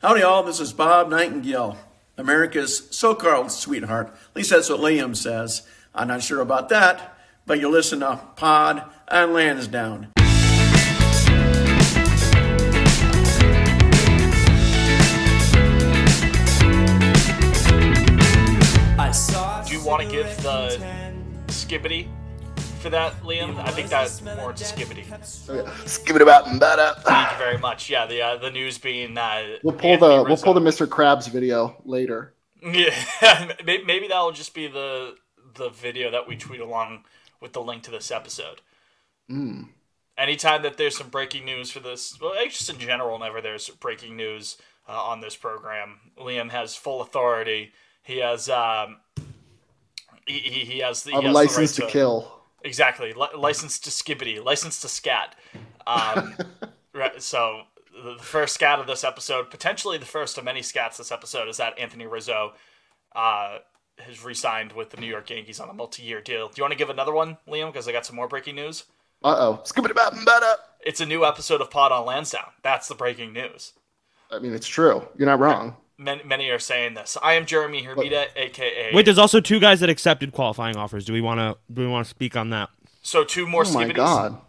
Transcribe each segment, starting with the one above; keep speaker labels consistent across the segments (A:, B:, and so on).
A: Howdy, all. This is Bob Nightingale, America's so called sweetheart. At least that's what Liam says. I'm not sure about that, but you listen to Pod on Lansdowne.
B: I saw
C: Do you want to give the skibbity for that, Liam? I think that warrants a skibbity. Thank
D: Skip it about and that up.
C: you very much. Yeah, the uh, the news being uh,
D: We'll pull the we'll pull the Mr. Krabs video later.
C: Yeah, maybe, maybe that'll just be the the video that we tweet along with the link to this episode.
D: Hmm.
C: Anytime that there's some breaking news for this, well, actually, just in general, whenever there's breaking news uh, on this program, Liam has full authority. He has um, he, he, he has the he
D: I'm
C: has the
D: licensed
C: right
D: to kill.
C: Exactly. Li- license to skibbity. License to scat. Um, right, so the the first scat of this episode, potentially the first of many scats this episode, is that Anthony Rizzo uh, has re-signed with the New York Yankees on a multi-year deal. Do you want to give another one, Liam? Because I got some more breaking news.
D: Uh oh. Skip it about and that up.
C: It's a new episode of Pod on Lansdowne. That's the breaking news.
D: I mean, it's true. You're not wrong.
C: Many, many are saying this. I am Jeremy Hermida, aka
B: Wait, there's also two guys that accepted qualifying offers. Do we want
E: Oh,
B: to do we want to speak on that?
C: so two more.
D: Oh my
C: skibbities.
D: god.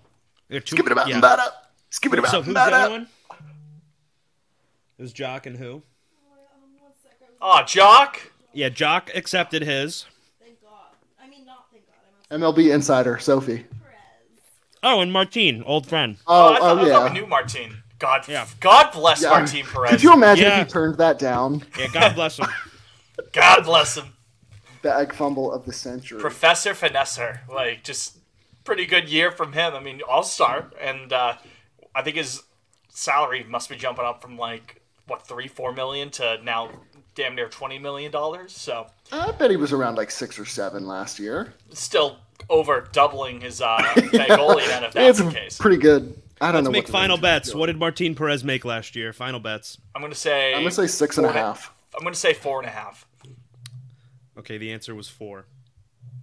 B: There are two-
D: Skip it about
B: yeah.
D: and that up. Skip it about
B: So
D: and
B: who's
D: that
B: the
D: up.
B: other one? It was Jock and who?
C: Oh, Jock.
B: Yeah, Jock accepted his.
E: Thank God. I mean, not thank God. I'm upset.
D: MLB insider Sophie.
E: Perez.
B: Oh, and Martine, old friend.
D: Oh,
C: I thought,
D: oh
C: I thought
D: yeah.
C: we knew Martin. God,
B: Yeah.
C: God bless
D: Yeah.
C: Martin Perez.
D: Could you imagine
B: Yeah.
D: if he turned that down?
B: Yeah, God bless him.
C: God bless him.
D: The egg fumble of the century.
C: Professor Finesser, like just pretty good year from him. I mean, all star, and uh, I think his salary must be jumping up from like what three, four million to now damn near twenty million dollars. So
D: I bet he was around like six or seven last year.
C: still over doubling his uh, Bengali then, if that's
D: It's
C: the case.
D: pretty good. I don't know.
B: Let's make
D: what the
B: final
D: Rangers are
B: bets.
D: doing.
B: What did Martine Perez make last year? Final bets.
C: I'm gonna say.
D: I'm gonna say six and a half.
C: I'm gonna say four and a half.
B: Okay, the answer was four.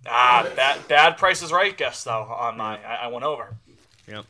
C: Ah, bad, bad Price is Right guess though on my. I, I went over.
B: Yep.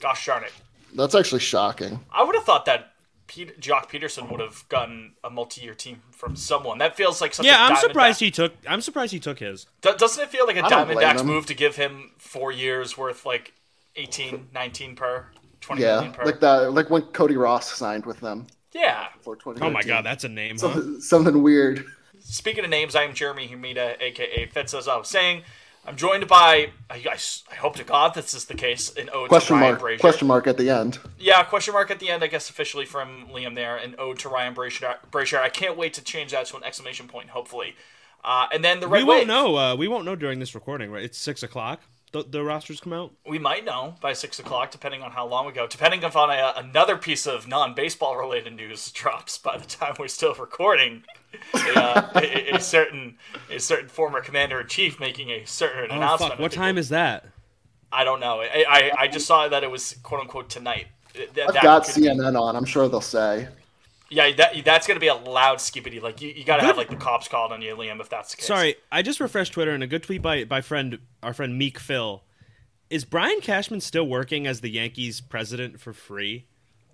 C: Gosh darn it.
D: That's actually shocking.
C: I would have thought that Pete, Jock Peterson would have gotten a multi-year team from someone. That feels like such
B: Yeah,
C: A
B: I'm
C: diamondback-
B: surprised he took. I'm surprised he took his.
C: Do- doesn't it feel like a
D: I don't blame
C: Diamondbacks
D: him.
C: move to give him four years worth, like 18, 19 per, twenty million
D: Yeah,
C: per?
D: like that, like when Cody Ross signed with them
C: yeah.
D: for 20.
B: Oh my God, that's a name. Huh?
D: something weird.
C: Speaking of names, I am Jeremy Humida, aka Fitz, as I was saying. I'm joined by, I, I s- I hope to God this is the case, an ode
D: Question
C: to Ryan
D: mark.
C: Brazier.
D: Question mark at the end.
C: Yeah, question mark at the end, I guess, officially from Liam there, an ode to Ryan Brazier. Brazier. I can't wait to change that to an exclamation point, hopefully. Uh, and then the Red
B: We won't
C: Wave.
B: know. Uh, we won't know during this recording. Right? It's six o'clock. The, the rosters come out. Oh,
C: We might know by six o'clock, depending on how long we go. Depending upon a, another piece of non-baseball related news drops by the time we're still recording. uh, a, a- a certain a certain former commander in chief making a certain
B: Oh
C: announcement.
B: fuck! What time is that?
C: I don't know. I, I I just saw that it was quote unquote tonight. Th- that
D: I've got
C: could be-
D: CNN on. I'm sure they'll say.
C: yeah, that, that's gonna be a loud skibbity. Like you, you gotta have like the cops called on you, Liam, if that's the case.
B: Sorry, I just refreshed Twitter and a good tweet by by friend our friend Meek Phil. Is Brian Cashman still working as the Yankees president for free?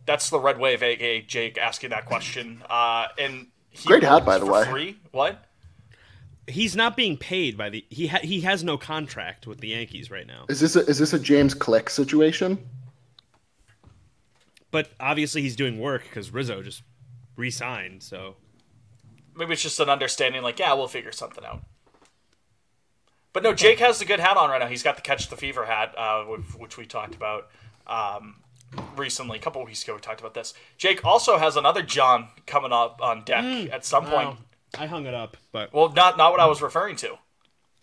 C: that's the red wave, aka Jake, asking that question. Uh, and he
D: Great hat,
C: works
D: by the
C: for
D: way.
C: Free? What?
B: He's not being paid by the he ha, he has no contract with the Yankees right now.
D: Is this a, is this a James Click situation?
B: But obviously he's doing work because Rizzo just re-signed. So
C: maybe it's just an understanding like yeah we'll figure something out but no jake has the good hat on right now he's got the catch the fever hat uh, wh- which we talked about um, recently a couple weeks ago we talked about this jake also has another john coming up on deck at some point
B: Oh, I hung it up. But
C: well not not what i was referring to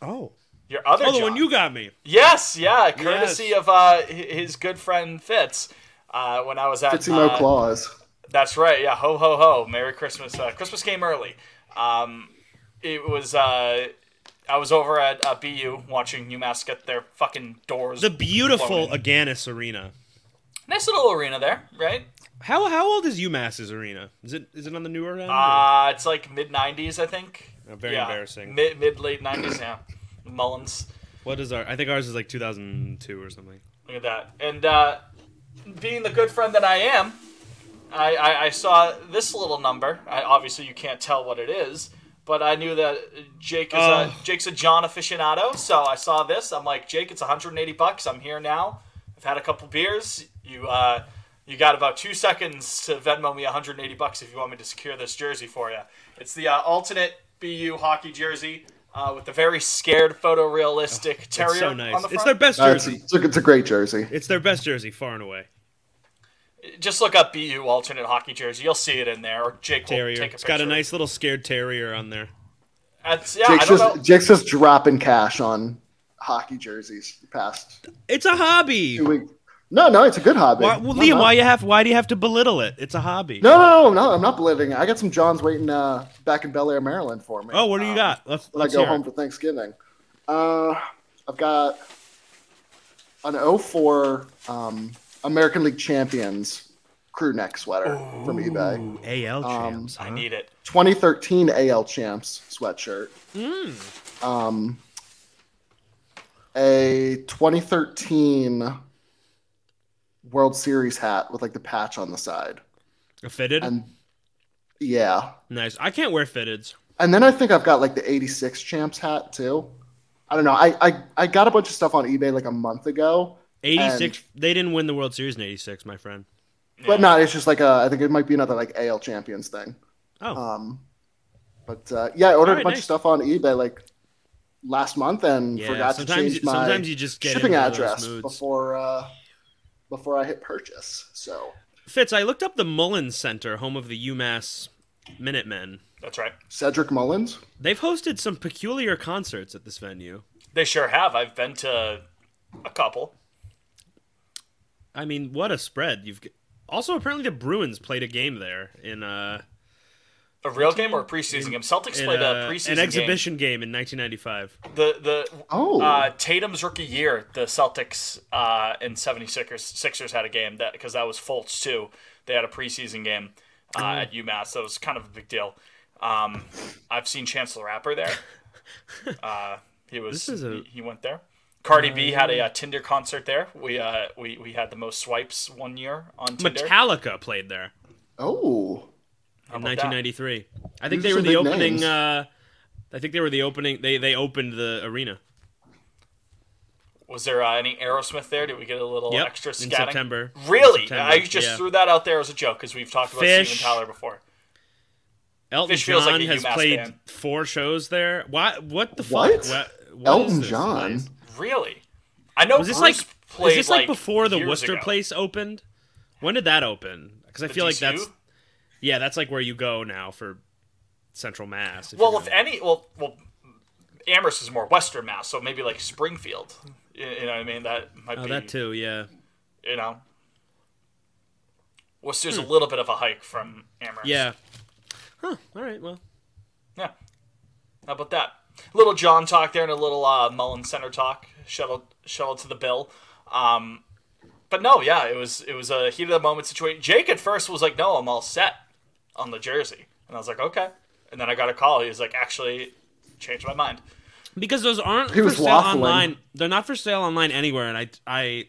B: oh,
C: your other
B: oh, the
C: john
B: one you got me.
C: yes yeah courtesy
B: Yes.
C: of uh, hi- his good friend fitz uh, when i was at
D: Fitzy no
C: uh,
D: claws.
C: That's right. Yeah. Ho ho ho. Merry Christmas. Uh, Christmas came early. Um, it was. Uh, I was over at uh, BU watching UMass get their fucking doors.
B: The beautiful
C: blown in.
B: Aganis Arena.
C: nice little arena there, right?
B: How how old is UMass's arena? Is it is it on the newer end? or-
C: Uh, it's like mid '90s, I think.
B: Uh, very
C: Yeah.
B: embarrassing.
C: Mid mid late '90s. Yeah. Mullins.
B: what is our? I think ours is like 2002 or something.
C: Look at that. And uh, being the good friend that I am, I, I, I saw this little number. I, obviously, you can't tell what it is, but I knew that Jake is
B: Oh.
C: a, Jake's a John aficionado. So I saw this. I'm like, Jake, it's 180 bucks. I'm here now. I've had a couple beers. You uh, you got about two seconds to Venmo me 180 bucks if you want me to secure this jersey for you. It's the uh, alternate BU hockey jersey uh, with the very scared photorealistic terrier
B: It's so
C: on
B: nice.
C: the
B: it's
C: front.
B: their best
D: Uh, it's,
B: jersey.
D: it's, a, it's a great jersey.
B: It's their best jersey, far and away.
C: Just look up BU alternate hockey jersey. You'll see it in there. Or Jake will
B: Terrier.
C: take a
B: It's got a
C: picture.
B: nice little scared terrier on there.
C: That's, yeah, I
D: Jake's
C: don't
D: just,
C: know.
D: Jake's just dropping cash on hockey jerseys the past
B: It's a hobby.
D: two weeks. No, no, it's a good hobby.
B: Why, well,
D: No,
B: Liam,
D: no.
B: why you have? Why do you have to belittle it? It's a hobby.
D: No, no, no, no, I'm not belittling. it. I got some Johns waiting uh, back in Bel Air, Maryland for me.
B: Oh, what do you
D: Um,
B: got? Let's,
D: when I
B: let's
D: go
B: hear.
D: home
B: it.
D: for Thanksgiving. Uh, I've got an 04 um, American League Champions crew neck sweater from eBay.
B: AL
D: Um,
B: champs.
C: I
B: huh?
C: need it.
D: 2013 AL Champs sweatshirt.
B: Mm.
D: Um, a 2013 World Series hat with like the patch on the side.
B: A fitted.
D: And yeah.
B: nice. I can't wear fitteds.
D: And then I think I've got like the 86 champs hat too. I don't know. I, I, I got a bunch of stuff on eBay like a month ago,
B: Eighty-six. They didn't win the World Series in '86, my friend.
D: but not. It's just like a, I think it might be another like AL champions thing.
B: Oh,
D: Um, but uh, yeah, I ordered
B: Alright,
D: a bunch
B: nice.
D: of stuff on eBay like last month and
B: yeah.
D: forgot to
B: sometimes,
D: change my
B: sometimes you just get
D: shipping
B: into those
D: address
B: moods.
D: before uh, before I hit purchase. So
B: Fitz, I looked up the Mullins Center, home of the UMass Minutemen.
C: That's right.
D: Cedric Mullins,
B: They've hosted some peculiar concerts at this venue.
C: They sure have. I've been to a couple.
B: I mean, what a spread! You've g- also apparently the Bruins played a game there in uh,
C: A real game or a preseason game? Celtics
B: in,
C: played
B: uh,
C: a preseason
B: an
C: game.
B: exhibition game, in 1995.
C: The the
D: Oh.
C: uh, Tatum's rookie year, the Celtics uh, and 76ers Sixers had a game that because that was Fultz too. They had a preseason game uh,
B: Mm.
C: at UMass. That was kind of a big deal. Um, I've seen Chancellor Rapper there. Uh, he was
B: This is a-
C: he, he went there. Cardi B had a uh, Tinder concert there. We uh, we we had the most swipes one year on Tinder.
B: Metallica played there
D: oh,
C: How
B: in
C: about that?
B: 1993. I think
D: These
B: they
D: are
B: were
D: some
B: the
D: big
B: opening.
D: names.
B: Uh, I think they were the opening. They they opened the arena.
C: Was there uh, any Aerosmith there? Did we get a little
B: Yep,
C: extra
B: in
C: scatting?
B: September.
C: Really?
B: September,
C: I just
B: yeah.
C: threw that out there as a joke because we've talked about
B: Fish.
C: Steven Tyler before.
B: Elton
C: Fish feels
B: John
C: like a
B: has
C: UMass
B: played
C: fan.
B: four shows there. Why? What the
D: What?
B: fuck? What, what is
D: Elton
B: this
D: John.
B: place?
C: Really? I know
B: Was this
C: Bruce
B: like?
C: played
B: Is this like,
C: like
B: before the
C: years
B: Worcester
C: ago.
B: place opened? When did that open? Because I
C: The
B: feel like
C: DCU?
B: that's yeah, that's like where you go now for Central Mass. if
C: Well,
B: you're
C: if
B: gonna-
C: any, well, well, Amherst is more Western Mass, so maybe like Springfield. You, you know what I mean? That might
B: oh,
C: be.
B: that too, yeah.
C: You know, Worcester's a little bit of a hike from Amherst.
B: Hmm. Yeah. Huh. All right. Well,
C: Yeah. How about that? Little John talk there and a little uh, Mullen Center talk. Shuttle shuttle to the bill. Um, but no, yeah, it was it was a heat of the moment situation. Jake at first was like, "No, I'm all set on the jersey," and I was like, "Okay." And then I got a call. He was like, "Actually, changed my mind."
B: because those aren't
D: He
B: for
D: was
B: sale
D: waffling.
B: online. They're not for sale online anywhere, and I, I,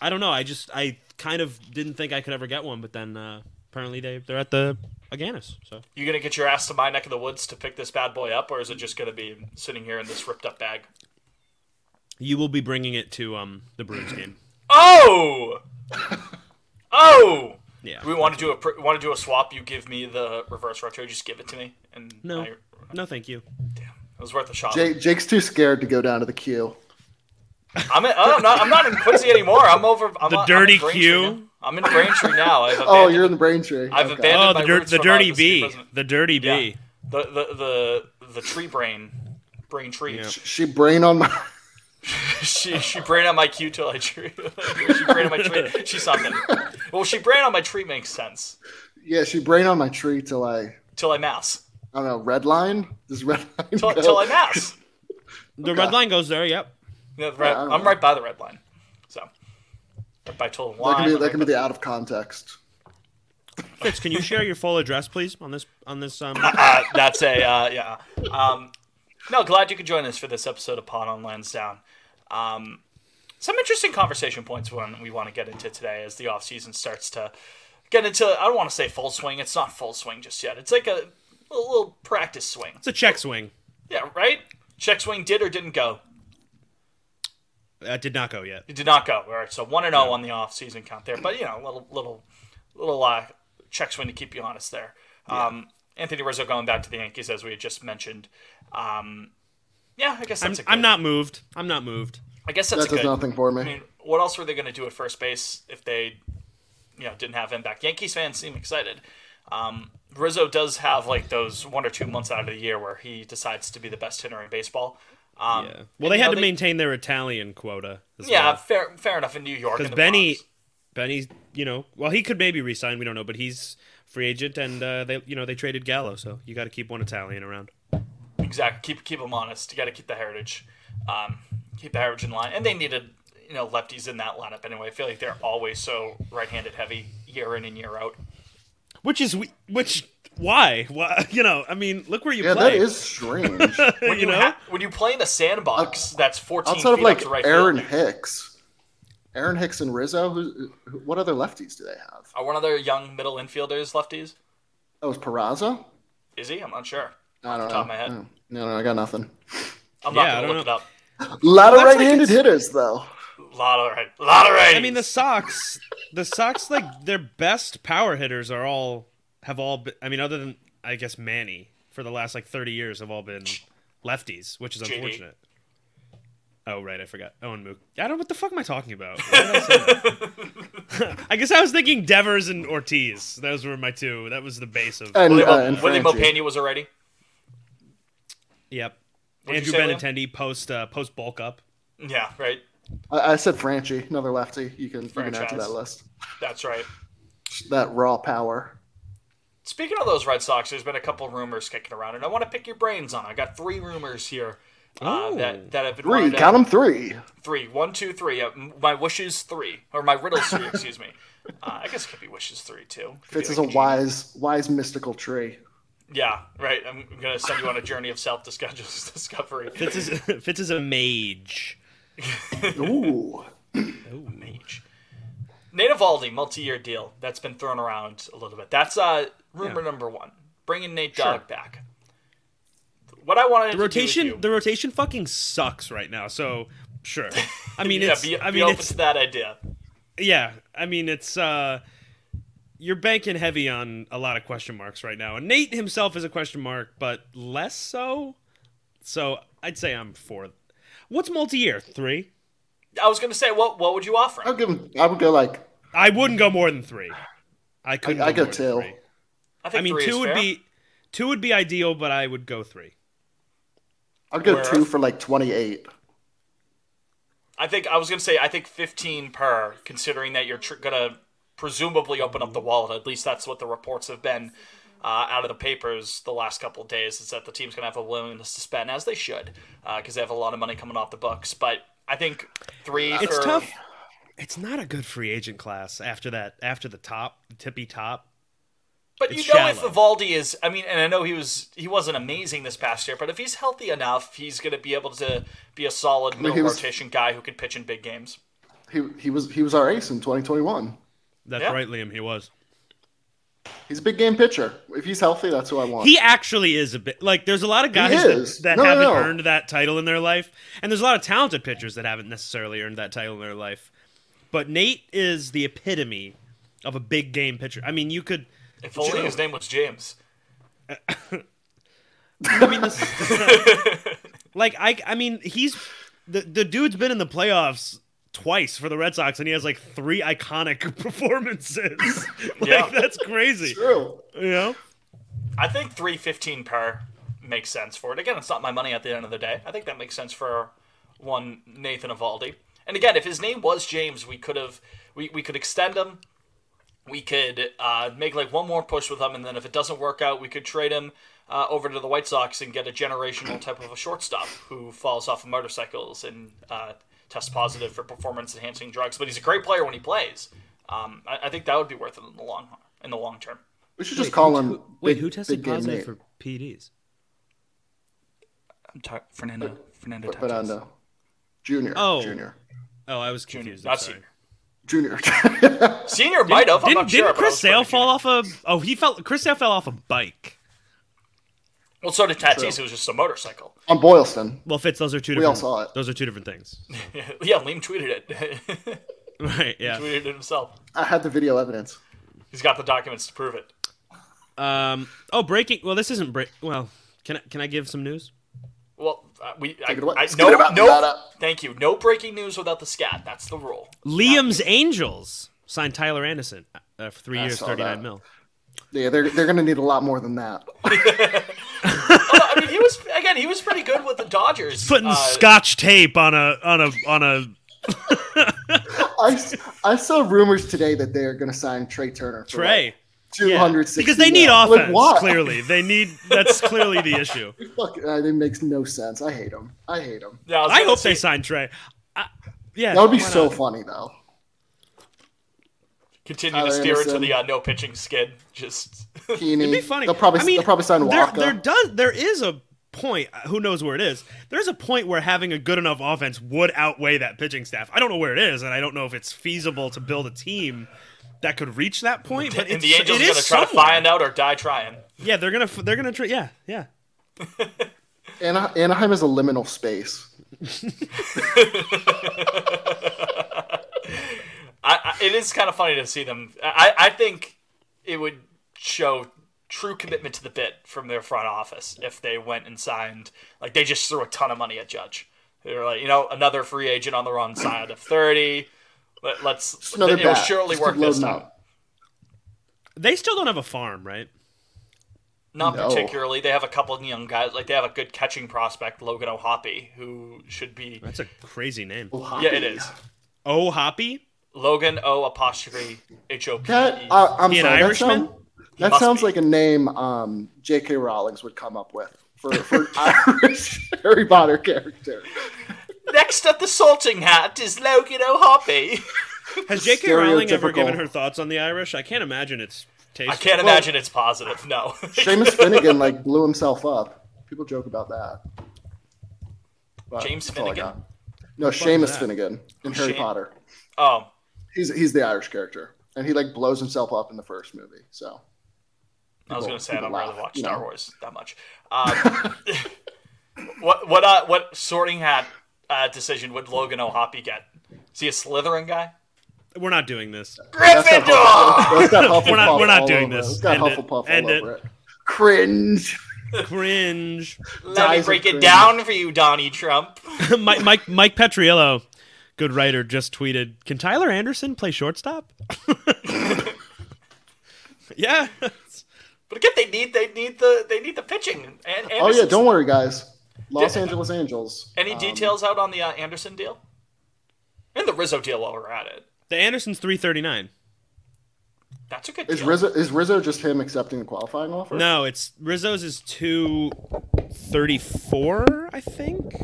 B: I don't know. I just, I kind of didn't think I could ever get one, but then uh, apparently they, they're at the Aganis. So
C: You gonna get your ass to my neck of the woods to pick this bad boy up, or is it just gonna be sitting here in this ripped up bag?
B: you will be bringing it to um the Bruins game.
C: Oh, oh.
B: Yeah.
C: Do we want to do a pr- want to do a swap? You give me the reverse retro. Just give it to me, and
B: No.
C: I-
B: No, thank you.
C: It was worth a shot.
D: Jake, Jake's too scared to go down to the queue.
C: I'm, in, oh, I'm not. I'm not in Quincy anymore. I'm over. I'm
B: The
C: on- I'm
B: dirty
C: in Braintree
B: Q.
C: now. I'm in Braintree now. I've
D: Oh,
C: abandoned-
D: you're in the brain tree.
C: I've
D: Okay.
C: abandoned-
B: Oh,
C: my
B: the, dir-
C: roots
B: the
C: from
B: dirty
C: Office of the
B: bee,
C: President.
B: the dirty
C: Yeah.
B: bee.
C: The, the the the tree brain, brain tree.
B: Yeah.
D: Oh, She brain on my.
C: she she brain on my Q till I tree. she brain on my tree. She something. Well, she brain on my tree makes sense
D: Yeah, she brain on my tree till I. I
C: till I mass.
D: don't know. Red line. Does red line.
C: Till,
D: go?
C: till I mass.
B: The red line goes there. Yep.
C: Yeah, the red-
D: I don't
C: I'm
D: know.
C: right by the red line, so right by Total
D: That
C: Wine.
D: can be.
C: I'm
D: That
C: right
D: can be the out of context.
B: Fitz, can you share your full address, please, on this on this um
C: uh, that's a uh, yeah. Um, no, glad you could join us for this episode of Pawn on Lansdowne. Um, some interesting conversation points when we want to get into today as the off season starts to get into I don't want to say full swing. It's not full swing just yet. It's like a, a little practice swing.
B: It's a check swing.
C: Yeah, right. Check swing did or didn't go.
B: That did not go yet.
C: It did not go. All right, so one and zero on the off season count there, but you know, little little little uh, check swing to keep you honest there. Um, Anthony Rizzo going back to the Yankees as we had just mentioned. Um, yeah, I guess
B: I'm,
C: that's a good,
B: I'm not moved. I'm not moved.
C: I guess that's
D: That
C: a good.
D: does nothing for
C: I
D: me.
C: mean, what else were they going to do at first base if they, you know, didn't have him back? Yankees fans seem excited. Um, Rizzo does have like those one or two months out of the year where he decides to be the best hitter in baseball. Um,
B: Yeah. Well, they had
C: no,
B: to
C: they-
B: maintain their Italian quota. As
C: yeah,
B: well.
C: fair, fair enough in New York.
B: because
C: in the
B: Benny,
C: Bronx.
B: Benny's you know, well he could maybe resign. We don't know, but he's free agent, and uh, they you know they traded Gallo, so you got to keep one Italian around.
C: exactly keep keep them honest. You got to keep the heritage, um, keep the heritage in line, and they needed you know lefties in that lineup anyway. I feel like they're always so right-handed heavy year in and year out.
B: Which is we- which why why you know I mean look where you
D: Yeah,
B: play.
D: that is strange.
B: you, know
C: ha- when you play in a sandbox that's 14
D: Uh, Outside of
C: feet up
D: like
C: to right
D: Aaron
C: field,
D: Hicks, Aaron Hicks and Rizzo, who, who, what other lefties do they have?
C: Are one of their young middle infielders lefties?
D: That was Peraza.
C: Is he? I'm not sure.
D: I don't know.
C: top of my head.
D: No, no, no, I got nothing.
C: I'm
B: Yeah, I
C: not
B: don't
C: gonna look
B: know.
C: it up.
D: A lot
B: That's
D: of
B: like
D: right-handed
B: it's-
D: hitters, though.
C: Lot of right, lot of right.
B: I mean the Sox, the Sox like their best power hitters are all have all. Been, I mean other than I guess Manny for the last like thirty years have all been lefties, which is
C: JD.
B: unfortunate. Oh right, I forgot Owen Mook. I don't. What the fuck am I talking about? Why did I say that? I guess I was thinking Devers and Ortiz. Those were my two. That was the base of.
D: And,
C: Willie
D: uh,
C: Mo-
D: and
C: Willie
D: Franchi.
C: Mopena was already.
B: yep.
C: What'd you
B: Andrew
C: say, Liam?
B: Benintendi post uh, post bulk up.
C: Yeah, right.
D: I, I said Franchi, another lefty. You can, you can add to
C: Franchise.
D: that list.
C: That's right.
D: That raw power.
C: Speaking of those Red Sox, there's been a couple rumors kicking around, and I want to pick your brains on. I got three rumors here uh,
B: Ooh.
C: that that have been
D: Three,
C: wanted to-
D: count them three.
C: three, one, two, three. Uh, m- my wishes three, or my riddles three. excuse me. Uh, I guess it could be wishes three too. Could be
D: Fitz is a
C: like
D: wise, wise mystical tree.
C: Yeah, right. I'm gonna send you on a journey of self discovery.
B: Fitz is Fitz is a mage.
D: Ooh,
C: Mage. Nate Evaldi, multi-year deal. That's been thrown around a little bit. That's uh, rumor number one. Bringing Nate Dogg back. What I wanted to
B: The
C: do
B: rotation
C: with
B: the rotation fucking sucks right now. So sure. I mean
C: you, yeah,
B: it's
C: be,
B: I
C: be
B: mean
C: open
B: it's
C: to that idea.
B: yeah, I mean it's uh you're banking heavy on a lot of question marks right now. And Nate himself is a question mark, but less so. So I'd say I'm for What's multi-year? 3?
C: I was gonna say, what what would you offer?
D: I
C: Him?
D: would give him. I would go like
B: I wouldn't go more than 3. I couldn't
D: I- I
B: go
D: go
B: more
D: two.
B: than 3.
C: I think
B: I mean
C: three
B: 2
C: is
B: would
C: fair.
B: be 2 would be ideal, but I would go 3.
D: I'd go
C: Where-
D: two for like twenty-eight.
C: I think I was gonna say I think 15 per, considering that you're tr- gonna presumably open up the wallet. At least that's what the reports have been uh, out of the papers the last couple of days. Is that the team's gonna have a willingness to spend as they should because they have a lot of money coming off the books. But I think three.
B: It's
C: for,
B: tough. It's not a good free agent class after that after the top, the tippy top.
C: But
B: It's
C: you know, if
B: shallow.
C: Evaldi is, I mean, and I know he was, he wasn't amazing this past year. But if he's healthy enough, he's going to be able to be a solid middle
D: he was-
C: rotation guy who can pitch in big games.
D: He he was he was our ace in twenty twenty-one.
B: That's
C: Yeah.
B: right, Liam. He was.
D: He's a big game pitcher. If he's healthy, that's who I want.
B: He actually is a bit like. There's a lot of guys
D: is.
B: that, that
D: No, no,
B: haven't
D: no.
B: earned that title in their life, and there's a lot of talented pitchers that haven't necessarily earned that title in their life. But Nate is the epitome of a big game pitcher. I mean, you could.
C: If only his name was James.
B: I mean, this, like I. I mean, he's the the dude's been in the playoffs twice for the Red Sox, and he has like three iconic performances. like
C: Yeah.
B: that's crazy.
D: True.
B: You know.
C: I think three fifteen per makes sense for it. Again, it's not my money at the end of the day. I think that makes sense for one Nathan Evaldi. And again, if his name was James, we could have we, we could extend him. We could uh, make like one more push with him, and then if it doesn't work out, we could trade him uh, over to the White Sox and get a generational type of a shortstop who falls off of motorcycles and uh, tests positive for performance-enhancing drugs. But he's a great player when he plays. Um, I, I think that would be worth it in the long in the long term.
D: We should just call him.
B: Wait,
D: Big-
B: who tested
D: Big Game
B: positive
D: Nate.
B: for PDs?
C: I'm tar- Fernando Fernando. Tatis.
D: Fernando Junior.
B: Oh.
D: Junior.
B: Oh, I was confused. I'm
C: Not
B: sorry.
C: senior.
D: Junior.
C: Senior might have. I'm
B: Didn't,
C: not sure, but
B: didn't
C: I was
B: Chris Sale
C: pretty sure.
B: fall off a? Oh, he fell. Chris Sale fell off a bike.
C: Well, so did Tatis. It was just a motorcycle.
D: On Boylston.
B: Well, Fitz, those are two.
D: all
B: different,
D: saw it.
B: Those are two different things.
C: yeah, Liam tweeted it.
B: Right. Yeah.
C: tweeted it himself.
D: I had the video evidence.
C: He's got the documents to prove it.
B: Um. Oh, breaking. Well, this isn't break. Well, can I can I give some news?
C: Well, uh, we I,
D: it away.
C: I,
D: Scoot
C: no,
D: him up, Matt,
C: no.
D: up.
C: Thank you. No breaking news without the scat. That's the rule.
B: Liam's Angels signed Tyler Anderson uh, for three years,
D: saw
B: thirty nine
D: that.
B: mil.
C: Uh,
D: Yeah, they're they're gonna need a lot more than that.
C: Although, I mean, he was again. He was pretty good with the Dodgers.
B: Putting
C: uh,
B: scotch tape on a on a on a.
D: I, s- I saw rumors today that they're gonna sign Trey Turner. For
B: Trey.
D: Two
B: Yeah,
D: hundred sixty.
B: because they need
D: mil.
B: offense.
D: Like, why?
B: Clearly, they need. That's clearly the issue.
D: Fuck, uh, it makes no sense. I hate him. I hate him.
C: yeah, I, was
B: I
C: gonna
B: hope
C: say,
B: they sign Trey. I, yeah,
D: That would be
B: why
D: so
B: not?
D: funny though.
C: continue
D: Tyler
C: to steer it to
D: Anderson.
C: the uh, no pitching skid. Just
D: Keeney.
B: It'd be funny.
D: They'll probably
B: I mean,
D: they'll probably sign
B: there,
D: Walker.
B: there does there is a point. uh, Who knows where it is? There's a point where having a good enough offense would outweigh that pitching staff. I don't know where it is, and I don't know if it's feasible to build a team that could reach that point. But
C: and
B: it's,
C: the Angels
B: it
C: are
B: is
C: going to try to
B: somewhere.
C: find out or die trying.
B: Yeah, they're gonna f- they're gonna try. Yeah, yeah.
D: Ana- Anaheim is a liminal space.
C: I, I, it is kind of funny to see them. I, I think it would show true commitment to the bit from their front office if they went and signed. Like they just threw a ton of money at Judge. They were like, you know, another free agent on the wrong side of thirty. Let, let's.
D: It's another
C: it'll
D: bat.
C: surely
D: Just
C: work
D: keep
C: this
D: loading
C: time.
D: up.
B: They still don't have a farm, right?
C: Not
D: No.
C: particularly. They have a couple of young guys. Like they have a good catching prospect, Logan O'Hoppy, who should be.
B: That's a crazy name.
C: Yeah, it is.
B: Oh, Hoppy.
C: Logan O apostrophe H O P E.
D: That uh, I, I'm
B: He an
D: sorry. that
B: Irishman?
D: sound- That
C: must
D: sounds
C: be.
D: like a name um, J.K. Rowling's would come up with for, for Irish Harry Potter character.
C: Next at the salting hat is Logan O'Hoppy.
B: Has J.K. Rowling ever
D: Stereotypical.
B: given her thoughts on the Irish? I can't imagine it's
C: I
B: tasty.
C: can't imagine it's positive. No.
D: Seamus Finnegan like blew himself up. People joke about that. But
C: James
D: that's all I
C: Finnegan?
D: got. No, Seamus
B: that?
D: Finnegan in Harry
C: Seam-
D: Potter.
C: oh,
D: He's he's the Irish character, and he like blows himself up in the first movie. So
C: I was
D: People-
C: going to say I don't
D: people
C: really
D: laugh,
C: watch
D: you
C: Star
D: know.
C: Wars that much. Um, what what uh, what sorting hat uh, decision would Logan O'Hoppy get? Is he a Slytherin guy?
B: We're not doing this.
C: Gryffindor.
D: Well, it's got Hufflepuff
B: We're not- we're not
D: all
B: doing
D: over it.
B: this.
D: It's got
B: End it.
D: Hufflepuff
B: End
D: all
B: it.
D: over it. Cringe.
B: Cringe.
C: Let me
D: Dies of
C: break it
D: cringe.
C: down for you, Donnie Trump.
B: Mike Mike Mike Petriello, good writer, just tweeted, "Can Tyler Anderson play shortstop?" yeah,
C: But again, they need they need the they need the pitching. And
D: Oh yeah,
C: Anderson's-
D: don't worry, guys. Los
C: Did-
D: Angeles Angels.
C: Any
D: Um,
C: details out on the uh, Anderson deal and the Rizzo deal while we're at it?
B: the Anderson's three thirty nine.
C: That's a good
D: Is
C: deal.
D: Rizzo is Rizzo just him accepting the qualifying offer?
B: No, it's Rizzo's is two thirty four, I think.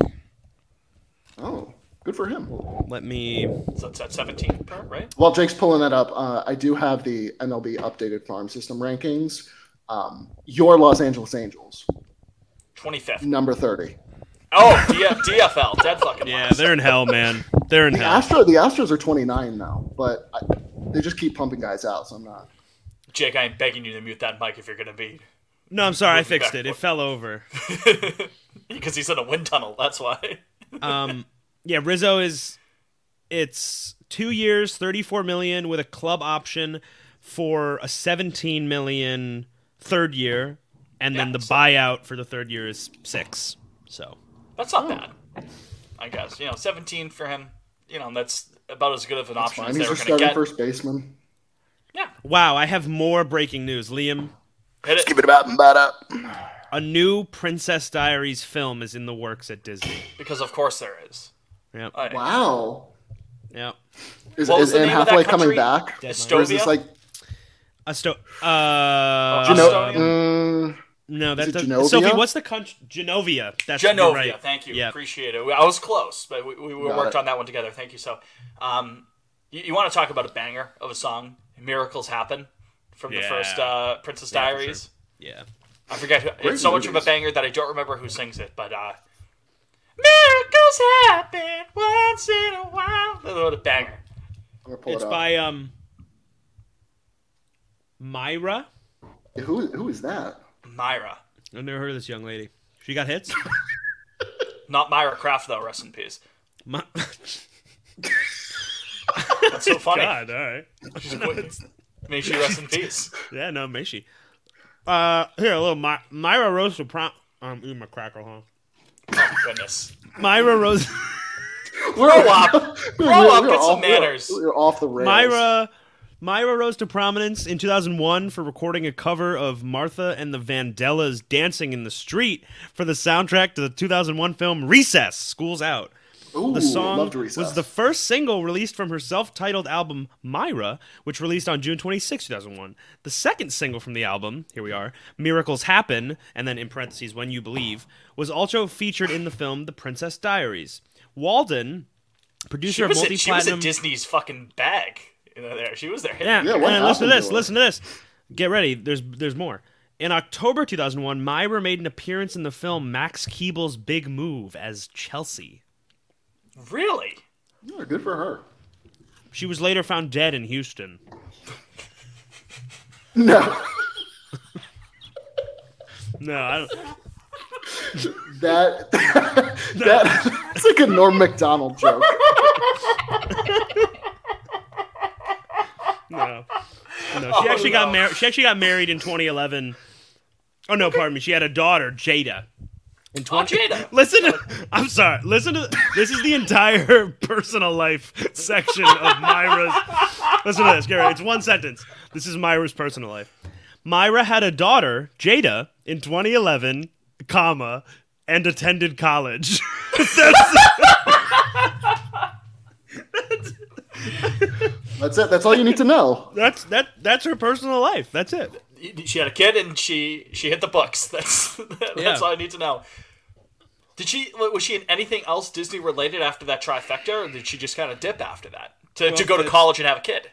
D: Oh, good for him.
B: Let me.
C: so it's at 17 per, right?
D: While Jake's pulling that up, uh, I do have the MLB updated farm system rankings. Um, your Los Angeles Angels,
C: 25th.
D: number thirty.
C: Oh, D- DFL. Dead fucking
B: Yeah,
C: last.
B: they're in hell, man. They're in
D: The
B: hell.
D: Astro, the Astros are twenty nine now, but I, they just keep pumping guys out, so I'm not.
C: Jake, I am begging you to mute that mic if you're going to be.
B: No, I'm sorry, I
C: Moving
B: fixed it. It
C: backward.
B: fell over.
C: Because he's in a wind tunnel, that's why.
B: Um, yeah, Rizzo is it's two years, thirty-four million with a club option for a seventeen million third year, and then
C: Yeah,
B: the
C: so-
B: buyout for the third year is six. So
C: That's not bad. I guess. You know, 17 for him. You know, that's about as good of an option
D: Fine,
C: as they
D: he's
C: were
D: just
C: going to
D: starting
C: get.
D: first baseman.
C: Yeah.
B: wow, I have more breaking news, Liam.
C: Hit it.
D: it about and bat up.
B: A new Princess Diaries film is in the works at Disney.
C: Because, of course, there is.
B: Yep,
C: All right.
D: Wow,
B: yep.
D: is,
C: What was
D: is
C: the
D: Anne
C: name of that
D: Hathaway
C: country?
D: coming back? Or is
C: Estonia?
D: this like
B: A sto- uh,
C: Oh,
D: you know?
C: Estonia?
D: mm,
B: no, that
D: it
B: does
D: Genovia?
B: Sophie, what's the country? Genovia. That's you're
C: Genovia,
B: right.
C: thank you.
B: Yeah.
C: Appreciate it. I was close, but we, we, we
D: Got
C: worked
D: it.
C: on that one together. Thank you. So, um, you, you want to talk about a banger of a song? Miracles Happen from the
B: Yeah.
C: first uh, Princess
B: Yeah, for sure.
C: Diaries.
B: Yeah.
C: I forget. Who,
D: Great
C: it's so much of a
D: movies.
C: banger that I don't remember who sings it, but uh, miracles happen once in a while. That's what a banger.
D: I'm gonna pull
B: It's
D: it up.
B: by um Myra.
D: Who who is that?
C: Myra.
B: I've never heard of this young lady. She got hits.
C: Not Myra Kraft, though, rest in peace.
B: My-
C: That's so funny.
B: God, all right.
C: She's quitting. May she rest in peace.
B: Yeah, no, may she. Uh, here a little My- Myra Rose will prom. I'm eating my cracker, huh?
C: Oh, goodness.
B: Myra Rose.
C: Grow up. Grow up.
D: We
C: Get some
D: were off- we were-
C: manners.
D: We were off the rails.
B: Myra Myra rose to prominence in 2001 for recording a cover of Martha and the Vandellas Dancing in the Street for the soundtrack to the 2001 film Recess School's Out.
D: Ooh,
B: The song
D: loved Recess.
B: was the first single released from her self titled album Myra, which released on June 26, 2001. The second single from the album, here we are, Miracles Happen, and then in parentheses, When You Believe, was also featured in the film The Princess Diaries. Walden, producer
C: She
B: of
C: was,
B: multi
C: a, she was
B: platinum.
C: at Disney's fucking bag. You know, there. She was there.
B: Yeah,
D: Yeah,
B: and
D: what
B: then listen to
D: happened
B: this.
D: to her?
B: Listen to this. Get ready. There's there's more. In October 2001, Myra made an appearance in the film Max Keeble's Big Move as Chelsea.
C: Really?
D: Yeah, good for her.
B: She was later found dead in Houston.
D: No,
B: No, I don't.
D: that that it's like a Norm Macdonald joke.
B: No, no. She actually got married. She actually got married in 2011. Oh no, pardon me. She had a daughter, Jada. In 20-
C: Oh, Jada.
B: Listen, to, I'm sorry. Listen to this is the entire personal life section of Myra's. Listen to this, Gary. It's one sentence. This is Myra's personal life. Myra had a daughter, Jada, in 2011, comma, and attended college. That's-
D: That's it. That's all you need to know.
B: that's that. That's her personal life. That's it.
C: She had a kid and she she hit the books. That's that's
B: Yeah.
C: all I need to know. Did she was she in anything else Disney related after that trifecta, or did she just kind of dip after that to, to go to
B: it's-
C: college and have a kid?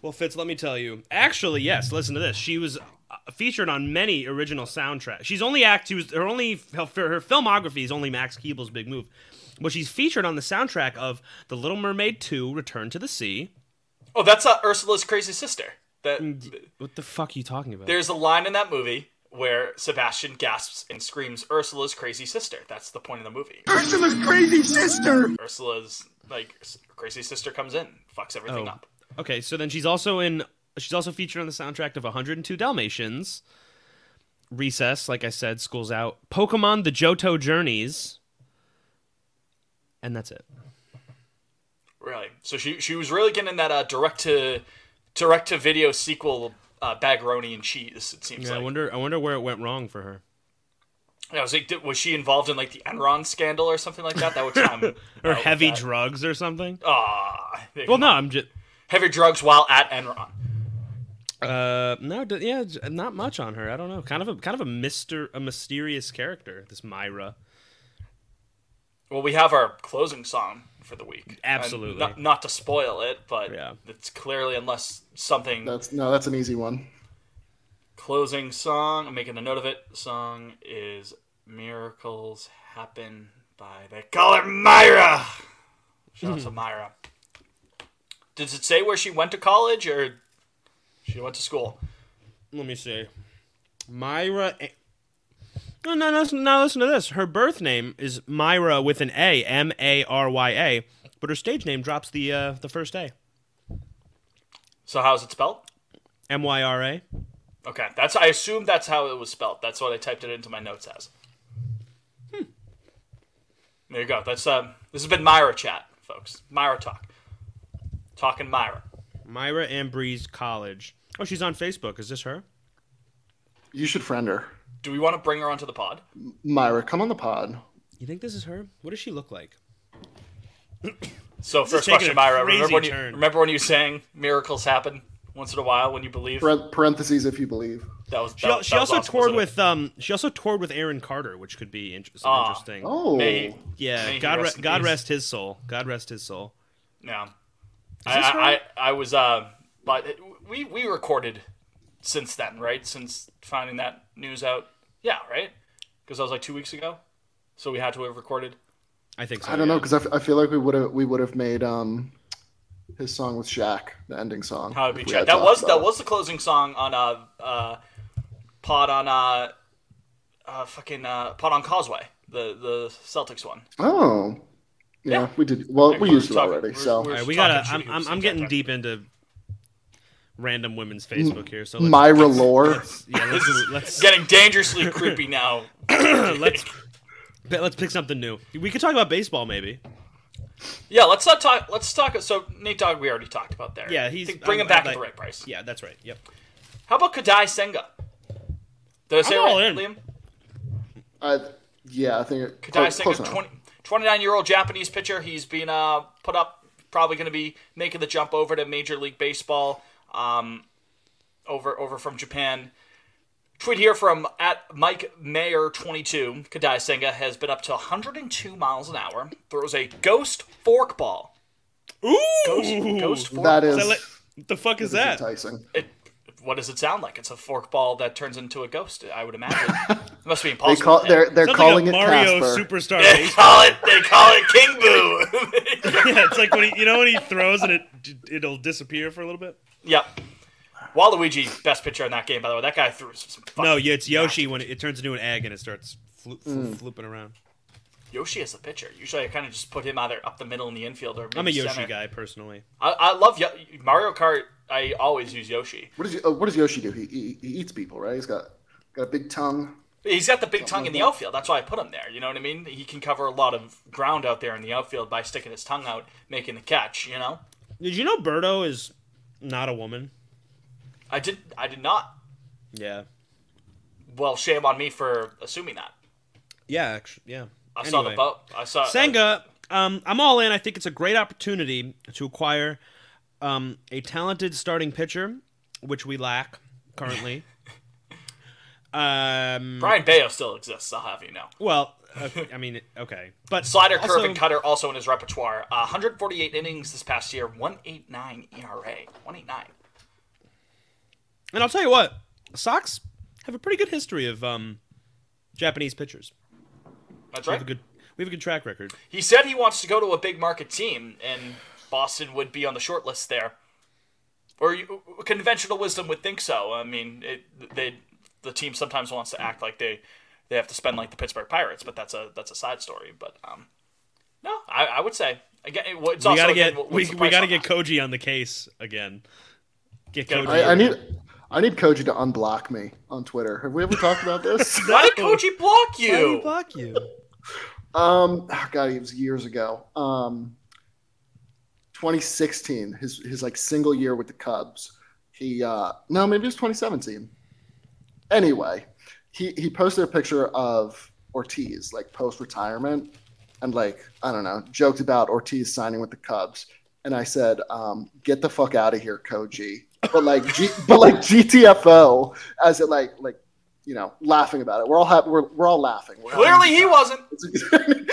B: Well, Fitz, let me tell you. Actually, yes. Listen to this. She was uh, featured on many original soundtracks. She's only act. She was her only her, her filmography is only Max Keeble's big move, but she's featured on the soundtrack of The Little Mermaid Two: Return to the Sea.
C: Oh, that's uh, Ursula's crazy sister. That
B: What the fuck are you talking about?
C: there's a line in that movie where Sebastian gasps and screams Ursula's crazy sister. That's the point of the movie.
F: Ursula's crazy sister.
C: Ursula's like s- crazy sister comes in, fucks everything
B: Oh.
C: up.
B: okay, so then she's also in. She's also featured on the soundtrack of 102 Dalmatians, Recess, like I said, School's Out, Pokemon: The Johto Journeys, and that's it.
C: Really? So she she was really getting that uh, direct to direct to video sequel uh, Bagroni and cheese. It seems
B: Yeah, I
C: like.
B: wonder. I wonder where it went wrong for her.
C: Yeah, I was like, did- was she involved in like the Enron scandal or something like that? That would time
B: or heavy drugs or something.
C: Ah,
B: well, no, I'm just
C: heavy drugs while at Enron.
B: uh no, d- yeah, j- not much on her. I don't know. Kind of a kind of a mister a mysterious character. This Myra.
C: Well, we have our closing song for the week. And
B: Absolutely.
C: Not, not to spoil it, but
B: Yeah.
C: it's clearly unless something
D: That's no. That's an easy one.
C: closing song. I'm making a note of it. Song is "Miracles Happen" by they call her Myra. Shout
B: Hmm.
C: out to Myra. Does it say where she went to college or she went to school?
B: Let me see. Myra. A- no, no, no, listen- now listen to this. Her birth name is Myra with an A, M A R Y A, but her stage name drops the uh, the first A,
C: So how's it spelled?
B: M Y R A.
C: Okay, that's I assume that's how it was spelled. That's what I typed it into my notes as. Hmm. There you go. That's um. This has been Myra chat, folks. Myra talk. Talking Myra.
B: Myra Ambrose College. Oh, she's on Facebook. Is this her?
D: You should friend her,
C: Do we want to bring her onto the pod?
D: Myra. Come on the pod.
B: You think this is her? What does she look like?
C: So
B: is
C: first
B: taking
C: question,
B: a
C: Myra.
B: crazy
C: Remember when you
B: turn.
C: remember when you sang miracles happen once in a while when you believe
D: Par- Parentheses, if you believe.
C: that was. That,
B: She,
C: that
B: she
C: was
B: also
C: awesome,
B: toured
C: wasn't it?
B: with um she also toured with Aaron Carter, which could be inter- some
C: Ah.
B: interesting.
D: Oh,
C: May- may
B: yeah,
C: he
B: God
C: rest
B: rest
C: in
B: God
C: peace.
B: rest his soul. God rest his soul.
C: Yeah. I, I, I I was uh, but it- we we recorded since then, right? Since finding that news out, yeah, right? Because that was like two weeks ago, so we had to have recorded.
B: I think so.
D: I don't know
B: yeah.
D: because I, f- I feel like we would have we would have made um his song with Shaq, the ending song.
C: How it be
D: if we
C: Chad.
D: had
C: That
D: talked
C: was
D: about
C: that
D: it.
C: was the closing song on uh uh pod on uh uh fucking uh pod on Causeway, the the Celtics one.
D: Oh, yeah,
C: Yeah.
D: we did. Well,
C: Hey,
D: we
C: we're
D: used it
C: talking-
D: already.
C: we're-
D: so
B: All
C: we're-
B: right, we
C: Talking
B: gotta.
C: shooting
B: I'm, I'm,
C: hoops
B: I'm
C: and
B: getting
C: backpack.
B: deep into random women's Facebook here. So let's,
D: Myra Lore.
B: let's- yeah, let's move- let's,
C: Getting dangerously creepy now.
B: let's but let's pick something new. We could talk about baseball maybe.
C: Yeah, let's not talk. Let's talk. So Nate Dogg, we already talked about there.
B: Yeah,
C: I
B: he's-
C: think bring him
B: I'm-
C: back
B: I'd
C: at the
B: like-
C: right price.
B: Yeah, that's right. Yep.
C: How about Kadai Senga? Did I say
B: I'm all
C: that,
B: in.
C: Liam?
D: I, yeah, I think it,
C: Kadai
D: close,
C: Senga,
D: close enough.
C: 20, 29 year old Japanese pitcher. He's been uh, put up, probably going to be making the jump over to Major League Baseball, um, over over from Japan. Tweet here from at Mike Mayer 22. Kadai Senga has been up to 102 miles an hour. Throws a ghost forkball.
B: Ooh.
C: Ghost, ghost forkball.
D: That is,
B: So like, the fuck is that?
D: enticing.
C: It, what does it sound like? It's a forkball that turns into a ghost. I would imagine. it must be
D: They
C: impossible.
D: call they're they're
B: Sounds
D: calling
B: like a
D: it
B: Mario
D: Casper.
B: Superstar
C: They
B: Baseball.
C: call it. They call it King Boo.
B: yeah, it's like when he, you know when he throws and it it'll disappear for a little bit.
C: yep. Waluigi, best pitcher in that game, by the way. That guy threw some. fucking-
B: No, yeah, it's Yoshi when it, it turns into an egg and it starts flo- flo- flipping around.
C: Yoshi is a pitcher. Usually, I kind of just put him either up the middle in the infield or. Maybe
B: I'm a Yoshi
C: center.
B: guy personally.
C: I, I love Yo- Mario Kart. I always use Yoshi.
D: What does you- oh, what does Yoshi do? He, he he eats people, right? He's got got a big tongue.
C: He's got the big tongue in the outfield. That's why I put him there. You know what I mean? He can cover a lot of ground out there in the outfield by sticking his tongue out, making the catch. You know.
B: Did you know Birdo is not a woman?
C: I did. I did not.
B: Yeah.
C: Well, shame on me for assuming that.
B: Yeah, actually, yeah.
C: I saw the boat. I saw uh,
B: Senga, um, I'm all in. I think it's a great opportunity to acquire um, a talented starting pitcher, which we lack currently. um,
C: Brian Bayo still exists. I'll have you know.
B: well, uh, I mean, okay, but
C: Slider,
B: also,
C: curve, and cutter also in his repertoire. Uh, 148 innings this past year. E 189 ERA. 189.
B: And I'll tell you what, Sox have a pretty good history of um, Japanese pitchers.
C: That's
B: We have a
C: right.
B: good, we have a good track record.
C: He said he wants to go to a big market team, and Boston would be on the short list there. Or you, conventional wisdom would think so. I mean, it, they the team sometimes wants to act like they they have to spend like the Pittsburgh Pirates, but that's a that's a side story. But um, no, I, I would say again, it- it's
B: We
C: also
B: gotta
C: again,
B: get,
C: what-
B: we,
C: what's the
B: we
C: price
B: gotta
C: on
B: get
C: that?
B: Koji on the case again. Get
C: Gotta
B: Koji.
D: I, I need I need Koji to unblock me on Twitter. Have we ever talked about this?
C: Why did Koji block you?
B: Why do you block you?
D: Um, oh, God, it was years ago. Um, 2016, his his like single year with the Cubs. He uh, no, maybe it was 2017. Anyway, he he posted a picture of Ortiz like post retirement, and like I don't know, joked about Ortiz signing with the Cubs. And I said, um, "Get the fuck out of here, Koji." But like, G- but like GTFO, as it like like you know, laughing about it. We're all happy. We're, we're all laughing. We're having
C: Clearly, he wasn't.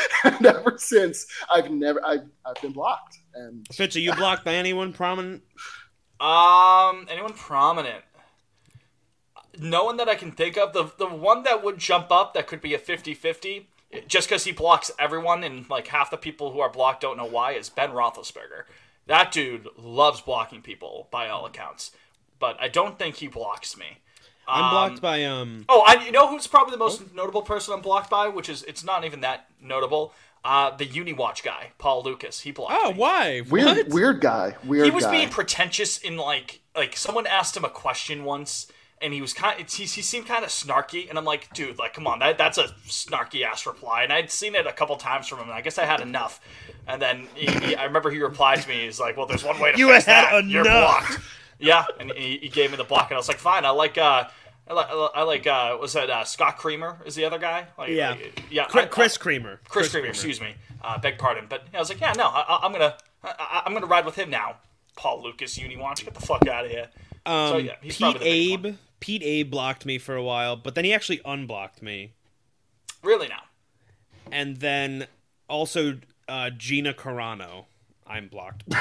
D: and ever since I've never I've, I've been blocked and
B: Fitz, are you blocked by anyone prominent?
C: Um, anyone prominent? No one that I can think of. The the one that would jump up that could be a 50-50, just because he blocks everyone and like half the people who are blocked don't know why is Ben Roethlisberger. That dude loves blocking people by all accounts, but I don't think he blocks me.
B: I'm
C: Um,
B: blocked by um.
C: Oh, I you know who's probably the most notable person I'm blocked by, which is it's not even that notable. Uh, the Uniwatch guy, Paul Lucas. He blocked.
B: Oh,
C: me
B: why?
D: weird
B: What?
D: weird guy weird
C: he was
D: guy.
C: being pretentious in like like someone asked him a question once and he was kind he, he seemed kind of snarky and i'm like dude like come on that, that's a snarky ass reply and i'd seen it a couple times from him and i guess i had enough and then he, he- i remember he replied to me he's like well there's one way to
B: You
C: fix
B: had
C: that. you're
B: enough."
C: blocked yeah and he, he gave me the block and i was like fine i like uh I like, I like uh, was that uh, Scott Creamer is the other guy? Like,
B: Yeah.
C: like, yeah. I-
B: Chris,
C: I-
B: Chris Creamer.
C: Chris, Creamer, excuse me. Uh, beg pardon, but I was like, yeah, no, I, I- I'm gonna, I- I, I'm gonna ride with him now. Paul Lucas, Uniwatch, get the fuck out of here.
B: Um,
C: So, yeah, he's probably
B: Pete
C: the biggest
B: Abe. Pete Abe blocked me for a while, but then he actually unblocked me,
C: Really now,
B: and then also uh, Gina Carano. I'm blocked. by.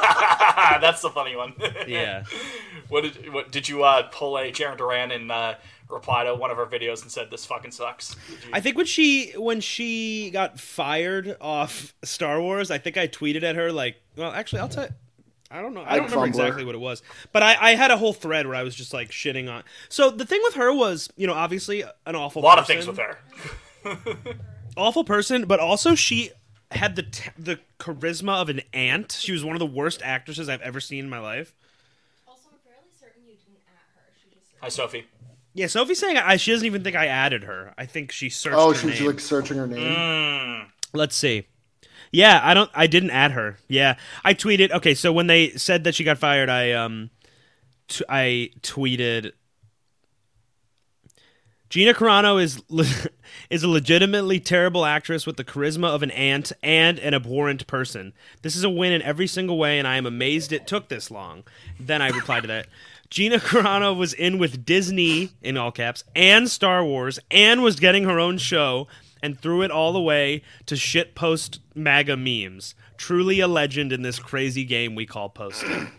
C: that's the funny one.
B: Yeah.
C: What did what did you uh, pull a Jaren Duran and uh, reply to one of her videos and said this fucking sucks? Did you-
B: I think when she when she got fired off Star Wars, I think I tweeted at her like, well, actually, I'll tell. I don't know. I
D: Like
B: don't remember
D: Fumbler.
B: exactly what it was, but I, I had a whole thread where I was just like shitting on. So the thing with her was, you know, obviously an
C: A
B: awful.
C: lot
B: person,
C: of things with her.
B: Awful person, but also she had the t- the charisma of an aunt. She was one of the worst actresses I've ever seen in my life.
E: Also, I'm fairly certain you didn't at her. She just
C: Hi, Sophie.
B: Yeah, Sophie's saying I, she doesn't even think I added her. I think she searched.
D: Oh,
B: her
D: she's
B: name.
D: like searching her name.
B: Let's see. Yeah, I don't. I didn't add her. Yeah, I tweeted. Okay, so when they said that she got fired, I um, t- I tweeted. Gina Carano is le- is a legitimately terrible actress with the charisma of an ant and an abhorrent person. This is a win in every single way, and I am amazed it took this long. Then I replied to that. Gina Carano was in with Disney in all caps and Star Wars and was getting her own show and threw it all away to shit post MAGA memes. Truly a legend in this crazy game we call posting.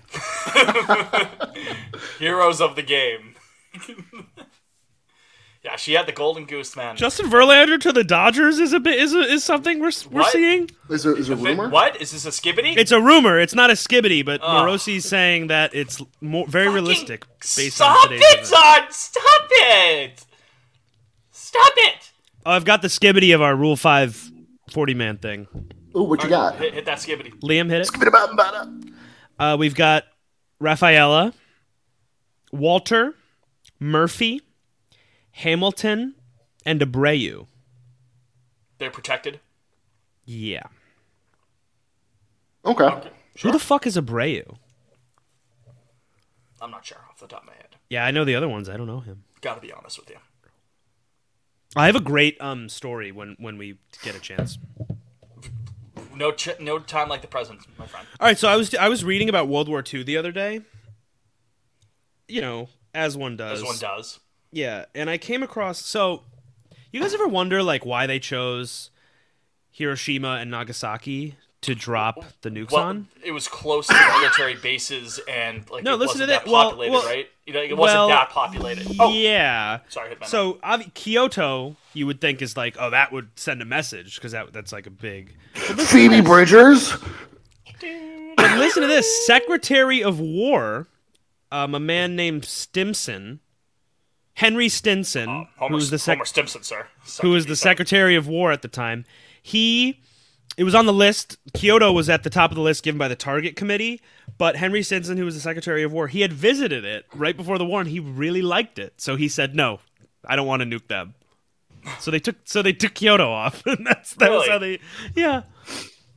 C: Heroes of the game. yeah, she had the golden goose, man.
B: Justin Verlander to the Dodgers is a bit is a, is something we're we're
C: What?
B: seeing.
D: Mm. Is there is there
C: Wait,
D: rumor?
C: What is this a skibbity?
B: It's a rumor. It's not a skibbity, but Morosi's saying that it's more, very realistic based
C: Stop
B: on today's
C: it,
B: event.
C: Zod! Stop it! Stop it!
B: Oh, I've got the skibbity of our Rule 5 40 man thing.
D: Ooh, what you got?
C: Hit, hit that skibbity.
B: Liam hit it.
D: Bada-bada-bada.
B: Uh, we've got Rafaela, Walter, Murphy, Hamilton, and Abreu.
C: They're protected.
B: Yeah.
D: Okay.
B: Who the fuck is Abreu?
C: I'm not sure off the top of my head.
B: Yeah, I know the other ones. I don't know him.
C: Gotta be honest with you.
B: I have a great um story when when we get a chance.
C: No, ch- no time like the present, my friend.
B: All right, so I was I was reading about World War II the other day. You know, as one does.
C: This one does.
B: Yeah, and I came across so you guys ever wonder like why they chose Hiroshima and Nagasaki to drop the nukes
C: Well,
B: on?
C: it was close to military bases and like
B: No,
C: it
B: listen to
C: wasn't
B: that.
C: that
B: Well,
C: populated,
B: well-
C: right? You know, it
B: well,
C: wasn't that populated. Oh,
B: yeah.
C: sorry, hit my mic.
B: So obvi- Kyoto, you would think is like, oh, that would send a message because that that's like a big.
D: Phoebe Bridgers.
B: But listen to this: Secretary of War, um, a man named Stimson, Henry Stinson, who
C: Uh, Homer,
B: was the sec-
C: Homer Stimson, sir.
B: who was the Secretary of War at the time, he it was on the list. Kyoto was at the top of the list given by the Target Committee, but Henry Stinson, who was the Secretary of War, he had visited it right before the war and he really liked it. So he said, "No, I don't want to nuke them." So they took so they took Kyoto off, and that's that was
C: Really?
B: how they yeah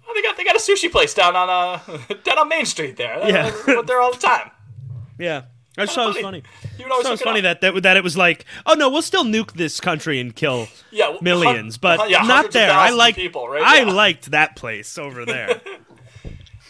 C: Oh, they got they got a sushi place down on uh down on Main Street there.
B: Yeah.
C: but they're all the time.
B: yeah. I just thought it was funny.
C: You would always look
B: So it was
C: it
B: funny
C: up.
B: that, that that it was like, oh no, we'll still nuke this country and kill
C: Yeah, well, hun-
B: millions, but
C: hun- yeah,
B: not
C: hundreds of
B: there. I
C: thousands of
B: liked
C: people, right?
B: I
C: Yeah.
B: liked that place over there.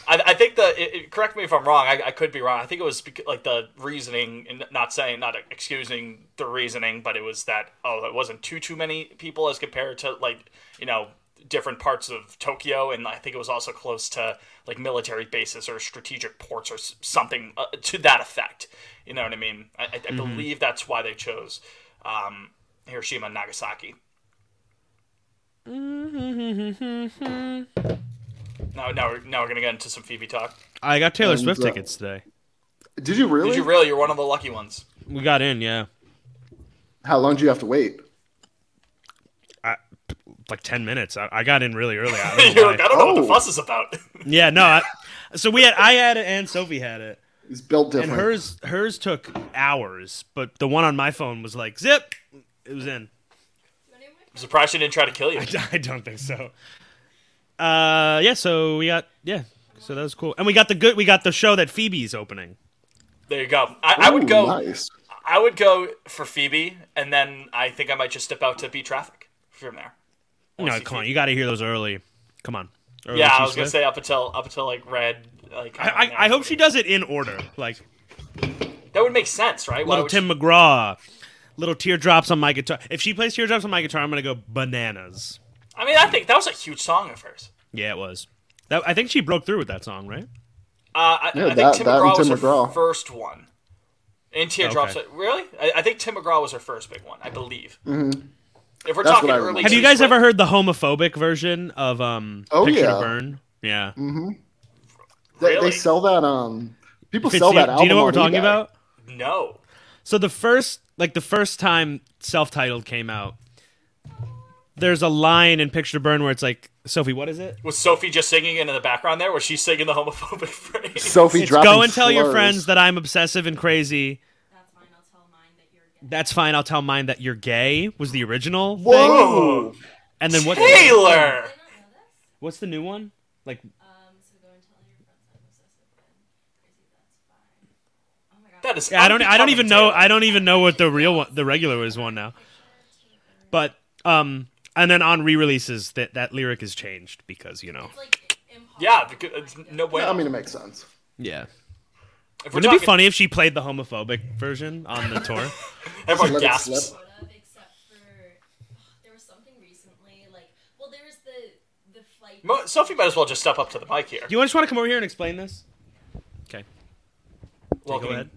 C: I, I think the it, it- correct me if I'm wrong. I, I could be wrong. I think it was bec- like the reasoning, and not saying, not excusing the reasoning, but it was that oh, it wasn't too too many people as compared to like you know different parts of Tokyo, and I think it was also close to like military bases or strategic ports or s- something uh, to that effect. You know what I mean? I, I, I
B: Mm-hmm.
C: believe that's why they chose um, Hiroshima and Nagasaki. Now, now, we're, now we're gonna get into some Phoebe talk.
B: I got Taylor
D: And,
B: Swift
D: uh,
B: tickets today.
D: Did you really?
C: Did you really? You're one of the lucky ones.
B: We got in, yeah,
D: How long do you have to wait?
B: like ten minutes. I, I got in really early. I don't know
C: You're like,
B: why.
C: I don't know what
D: Oh.
C: the fuss is about.
B: yeah, no. I, so we had, I had it, and Sophie had it,
D: It's built
B: and
D: different.
B: hers hers took hours, but the one on my phone was like zip. It was in.
C: I'm surprised she didn't try to kill you.
B: I don't think so. Uh, yeah. So we got yeah. So that was cool, and we got the good. We got the show that Phoebe's opening.
C: There you go. I, I
D: Ooh,
C: would go.
D: Nice.
C: I would go for Phoebe, and then I think I might just step out to beat traffic from there.
B: No,
C: Oh, see
B: come on,
C: Phoebe.
B: you got to hear those early. Come on. Early
C: Yeah,
B: T
C: I was gonna
B: Swift.
C: say up until up until like red. Like
B: I, I, I hope she does it in order, like
C: That would make sense, right? Why
B: little
C: would
B: Tim
C: she-
B: McGraw, little teardrops on my guitar. If she plays teardrops on my guitar, I'm gonna go bananas.
C: I mean, I think that was a huge song of hers.
B: Yeah, it was. That, I think she broke through with that song, right?
C: Uh, I,
D: Yeah,
C: I think
D: that-
C: Tim
D: that and
C: McGraw was
D: Tim
C: her
D: McGraw.
C: first one. And teardrops.
B: Okay.
C: Really? I, I think Tim McGraw was her first big one. I believe. Mm-hmm. If we're
D: That's
C: talking
D: what I
C: early,
D: remember.
B: Have you
C: T
B: guys
C: Swift-
B: ever heard the homophobic version of um
D: Oh,
B: Picture to
D: yeah.
B: Burn? Yeah.
D: They,
C: Really?
D: they sell that. Um, people
B: Fitz,
D: sell
B: do you-
D: that
B: do
D: album.
B: you know what we're
D: on
B: talking
D: eBay.
B: about?
C: No.
B: So the first, like the first time self-titled came out, there's a line in Picture Burn where it's like, Sophie, what is it?
C: Was Sophie just singing it in the background there? Was she singing the homophobic phrase?
D: Sophie,
B: It's
D: dropping
B: go and tell your
D: slurs.
B: friends that I'm obsessive and crazy.
E: That's fine. I'll tell mine that you're gay.
B: That's fine. I'll tell mine that you're gay was the original thing.
D: Whoa!
B: And then what?
C: Taylor!
E: Did not know this?
B: What's the new one? Like
E: Um, so go and tell your friends I'm obsessive and crazy. That's fine. Oh my god.
C: That is.
B: Yeah, I don't. I don't even know.
C: unbecoming
B: I don't even know what the real one, the regular is one now. But um, and then on re-releases, that that lyric is changed because you know.
E: It's like impossible.
C: Taylor. Yeah, because, it's no way.
D: I mean, it makes sense.
B: Yeah.
C: if we're
B: Wouldn't it be
C: talking,
B: funny if she played the homophobic version on the tour?
C: everyone
D: Let it
C: gasps.
D: slip.
E: sort of, except for oh, there was something recently. Like, well, there was the the flight.
C: Mo- Sophie might as well just step up to the mic here.
B: Do you just want to come over here and explain this? Okay.
C: Welcome
B: go ahead.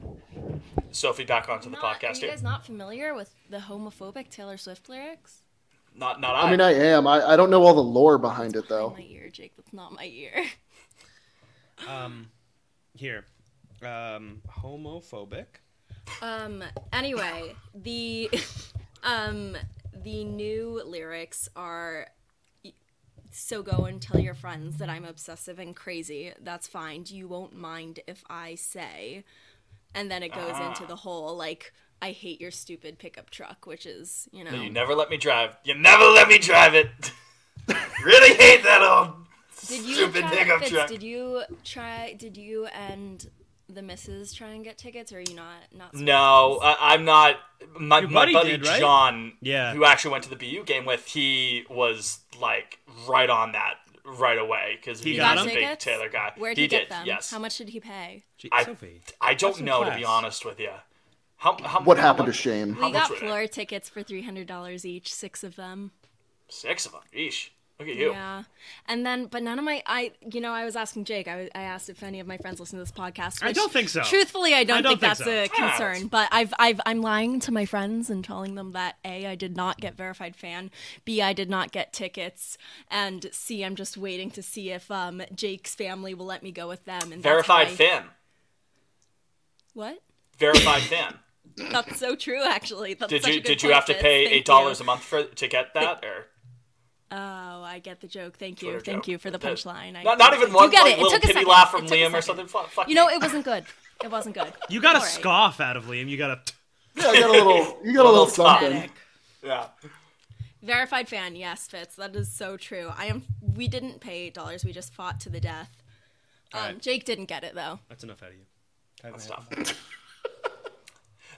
C: Sophie back onto the
E: Not-
C: podcast
E: Are you
C: here.
E: guys not familiar with the homophobic Taylor Swift lyrics?
C: Not, not
D: I mean, I am. I, I don't know all the lore behind it though.
E: My ear, Jake. That's not my ear.
B: Um, here. Um, homophobic.
E: Um. Anyway, the um the new lyrics are. So go and tell your friends that I'm obsessive and crazy. That's fine. You won't mind if I say. And then it
C: Ah.
E: goes into the whole like I hate your stupid pickup truck, which is you know
C: You never let me drive. You never let me drive it. really hate that um, old
E: Did you
C: stupid
E: try,
C: pickup
E: Fitz,
C: truck.
E: Did you try? Did you and the missus try and get tickets, or are you not? Not
C: No, I, I'm not. My,
B: Your
C: my
B: buddy
C: buddy
B: did, right?
C: John,
B: Yeah.
C: who actually went to the BU game with, he was like right on that right away because he,
B: got
C: was a
B: them?
C: big Taylor guy.
E: Where did
C: he
E: he, get
C: did,
E: them?
C: yes.
E: How much did he pay?
B: Gee,
C: I-
B: Sophie.
C: I
B: Have
C: don't
B: some
C: know to
B: class.
C: be honest with you. How, how
D: What
C: how
D: happened to
C: much-
D: Shane?
E: We
C: much
E: got
C: were they?
E: floor tickets for three hundred dollars each, six of them.
C: Six of them. Eesh. Look at you.
E: Yeah, and then but none of my I you know I was asking Jake. I, I asked if any of my friends listen to this podcast.
B: I
E: which,
B: don't think so.
E: Truthfully, I don't,
B: I don't
E: think,
B: think
E: that's
B: so.
E: a
C: Yeah,
E: concern.
C: it's-
E: But I've I've I'm lying to my friends and telling them that a I did not get verified fan, b I did not get tickets, and c I'm just waiting to see if um Jake's family will let me go with them. And that's
C: Verified
E: how I-
C: fan.
E: What?
C: Verified fan.
E: That's so true. Actually, that's
C: Did
E: such a
C: you
E: good
C: did you
E: point,
C: have to
E: Fitz.
C: pay
E: Thank
C: eight dollars
E: you.
C: a month for to get that or?
E: Oh, I get the joke. Thank you.
C: Twitter
E: Thank
C: joke.
E: you for the
C: That-
E: punchline. I-
C: Not, not even
E: You
C: one
E: get
C: like,
E: it. It
C: little
E: took a
C: pity
E: second.
C: laugh
E: It
C: from
E: took a
C: Liam or
E: second.
C: something. Fuck, fuck
E: You know,
C: me.
E: it wasn't good. It wasn't good.
B: You got a
E: All right.
B: scoff out of Liam. You got a.
D: Yeah, you got a little. You got a little something.
C: yeah.
E: Verified fan, yes, Fitz. That is so true. I am. We didn't pay eight dollars. We just fought to the death. Um,
B: All right.
E: Jake didn't get it though.
B: That's enough out of you.
C: stuff.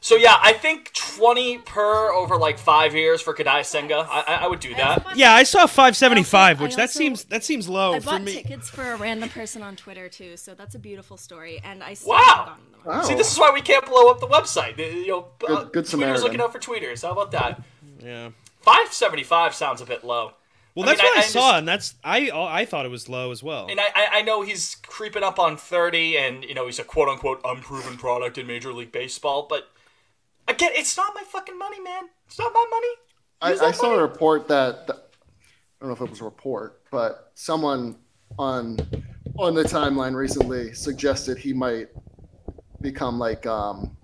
C: so yeah, I think twenty per over like five years for Kadai Senga. I, I, I would do that.
B: Yeah, I saw 575,
E: I
B: which that
E: also-
B: seems that seems low
E: I
B: for
E: bought
B: me.
E: tickets for a random person on Twitter too, so that's a beautiful story. And I still
C: Wow.
E: haven't gotten them.
D: Wow.
C: See, this is why we can't blow up the website. You know, uh,
D: Good- good
C: tweeters
D: Samaritan.
C: looking out for tweeters. How about that?
B: Yeah.
C: Five seventy five sounds a bit low.
B: Well,
C: I
B: that's
C: mean,
B: what
C: I-
B: I,
C: I
B: saw,
C: just-
B: and that's I I thought it was low as well.
C: And I, I, I know he's creeping up on thirty, and you know he's a quote unquote unproven product in Major League Baseball. But again, it's not my fucking money, man. It's not my money. Use that
D: I, I saw
C: money.
D: a report that, that I don't know if it was a report, but someone on on the timeline recently suggested he might become like um,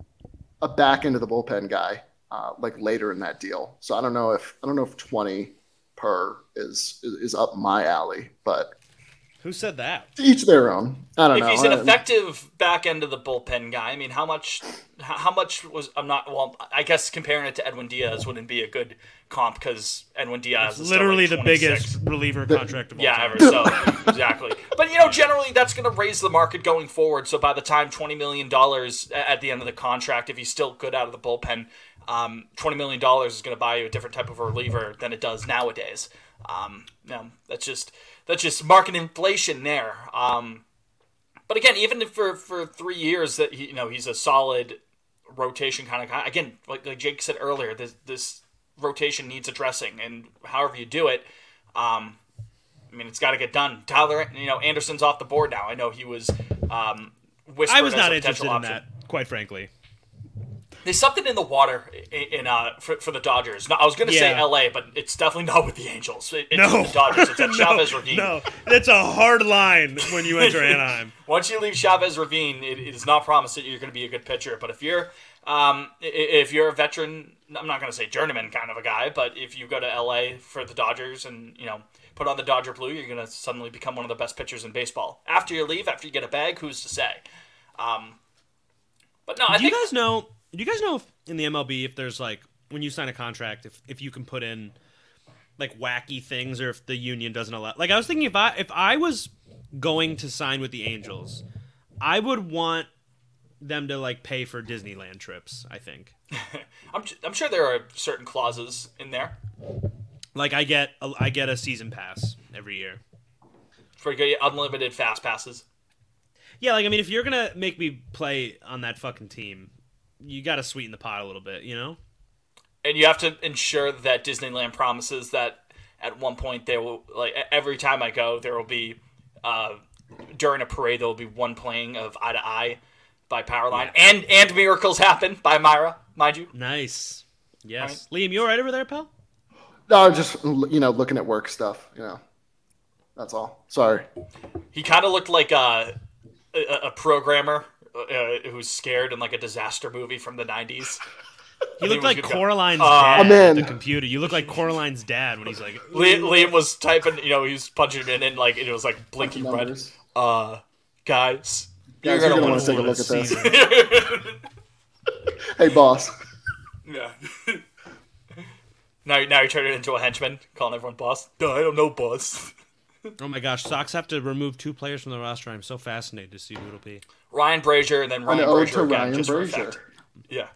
D: a back into the bullpen guy, uh, like later in that deal. So I don't know if I don't know if twenty per is is, is up my alley, but
B: Who said that?
D: to each their own. I don't
C: if
D: know.
C: he's an
D: I-
C: effective back end of the bullpen guy, I mean, how much? h- How much was I'm not? Well, I guess comparing it to Edwin Diaz wouldn't be a good comp because Edwin Diaz is still,
B: Literally
C: like,
B: the
C: 26.
B: biggest reliever contract of all
C: Yeah,
B: time.
C: ever so exactly. But you know, generally that's going to raise the market going forward. So by the time twenty million dollars at the end of the contract, if he's still good out of the bullpen, um, twenty million dollars is going to buy you a different type of reliever than it does nowadays. Um, no, that's just that's just market inflation there. Um, but again, even if for for three years that he, you know he's a solid rotation kind of guy. Again, like, like Jake said earlier, this this rotation needs addressing, and however you do it. Um, I mean, it's got to get done. Tyler, you know, Anderson's off the board now. I know he was. Um, whispered
B: I was
C: as
B: not
C: a
B: interested
C: potential
B: in
C: option.
B: that, quite frankly.
C: There's something in the water i- in uh for, for the Dodgers. No, I was gonna say
B: Yeah.
C: L.A., but it's definitely not with the Angels. It- it's
B: No.
C: with the Dodgers. It's at Chavez Ravine.
B: No, that's a hard line when you enter Anaheim.
C: Once you leave Chavez Ravine, it, it is not promised that you're going to be a good pitcher. But if you're, um, i- if you're a veteran, I'm not going to say journeyman kind of a guy, but if you go to LA for the Dodgers and you know put on the Dodger blue, you're going to suddenly become one of the best pitchers in baseball. After you leave, after you get a bag, who's to say? Um, but no, I
B: Do you
C: think
B: guys know? Do you guys know if, in the MLB if there's like when you sign a contract if if you can put in like wacky things or if the union doesn't allow? Like I was thinking if I if I was going to sign with the Angels, I would want them to like pay for Disneyland trips. I think
C: I'm, ju- I'm sure there are certain clauses in there.
B: like I get a, I get a season pass every year.
C: For good unlimited fast passes.
B: Yeah, like I mean, if you're gonna make me play on that fucking team, you got to sweeten the pot a little bit, you know?
C: and you have to ensure that Disneyland promises that at one point they will like e- every time I go there will be uh, during a parade there will be one playing of Eye to Eye by Powerline and and miracles happen by Myra mind you
B: Nice. Yes, Liam, you all right over there, pal?
D: No, I'm just you know looking at work stuff. You know, that's all. Sorry.
C: he kind of looked like a a, a programmer uh, who's scared in like a disaster movie from the 90s
B: He looked
C: was
B: like
C: good guy.
B: Coraline's
D: I'm
C: Ah.
B: dad at
D: in.
B: the computer. You look like Coraline's dad when he's like,
C: Liam, Liam was typing you know he was punching in and like it was like blinking red
D: Numbers.
C: uh guys you're
D: Guys, you're
C: gonna
D: gonna
C: want
D: wanna
C: to
D: take a
B: "What
D: look at this.
B: season."
D: Hey, boss.
C: Yeah. now, now you're turning into a henchman, calling everyone boss. No, I don't know boss.
B: Oh my gosh, Sox have to remove two players from the roster. I'm so fascinated to see who it'll be.
C: Ryan Brazier and then
D: An
C: Ryan
D: ode
C: Brazier
D: to
C: again,
D: Ryan
C: just for
D: Brazier.
C: effect. Yeah.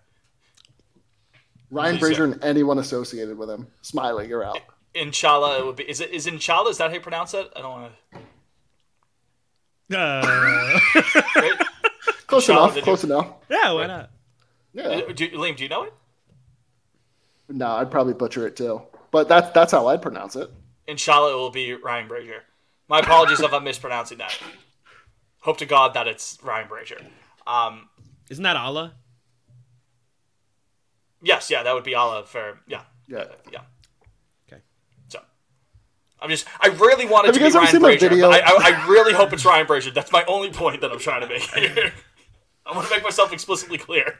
D: Ryan
C: Lisa.
D: Brazier and anyone associated with him. Smiley, you're out.
C: Inshallah, it would be. Is it is Inshallah? Is that how you pronounce it? I don't want to.
B: Uh,
D: Close
C: Shout out
D: enough.
C: to
D: Close enough.
B: yeah, why not?
D: Yeah.
C: Do, Liam, do you know it?
D: No, I'd probably butcher it too. But that's that's how I'd pronounce it.
C: Inshallah, it will be Ryan Brazier. My apologies if I'm mispronouncing that. Hope to God that it's Ryan Brazier. Um,
B: Isn't that Allah?
C: yes, yeah, that would be Allah for yeah,
D: Yeah.
C: yeah.
B: Okay.
C: So I'm just I really want it
D: Have
C: to
D: you
C: be
D: guys ever
C: Ryan
D: seen that
C: Brazier.
D: video?
C: I, I, I really hope it's Ryan Brazier. That's my only point that I'm trying to make here. I want to make myself explicitly clear.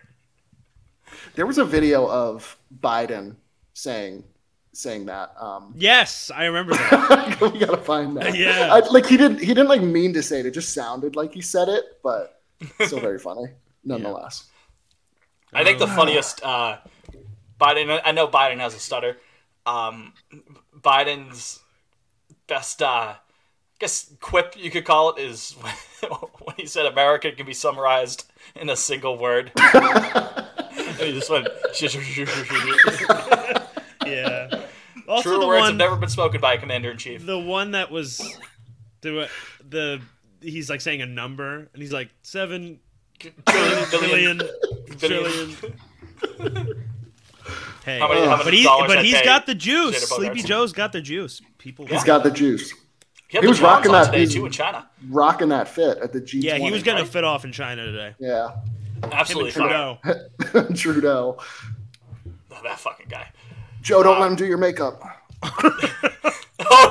D: There was a video of Biden saying saying that. Um,
B: Yes, I remember that.
D: we gotta find that.
B: Yeah.
D: I, like he didn't he didn't like mean to say it. It just sounded like he said it, but still very funny nonetheless.
C: I think the funniest uh, Biden. I know Biden has a stutter. Um, Biden's best, uh, I guess, quip you could call it is when, when he said America can be summarized in a single word. and he just went.
B: yeah. Also,
C: True
B: the
C: words
B: one
C: have never been spoken by a commander in chief.
B: the one that was the the he's like saying a number and he's like seven
C: Trillion, billion,
B: billion trillion. Hey,
C: How many-
D: Oh.
C: how many
B: but he
C: dollars I
B: but he's
C: pay
B: got the juice.
C: Xander
B: Sleepy
C: Bogaerts?
B: Joe's got the juice. People,
D: He's got the juice.
C: He, had
D: He
C: the
D: was
C: Johns
D: rocking
C: on
D: that-
C: today
D: he's-
C: too in China.
D: Rocking that fit at the G.
B: yeah, he was gonna
C: right?
B: fit off in China today.
D: Yeah,
C: Absolutely fire.
B: Trudeau.
D: Trudeau.
C: Oh, that fucking guy.
D: Joe,
C: Uh,
D: don't let him do your makeup.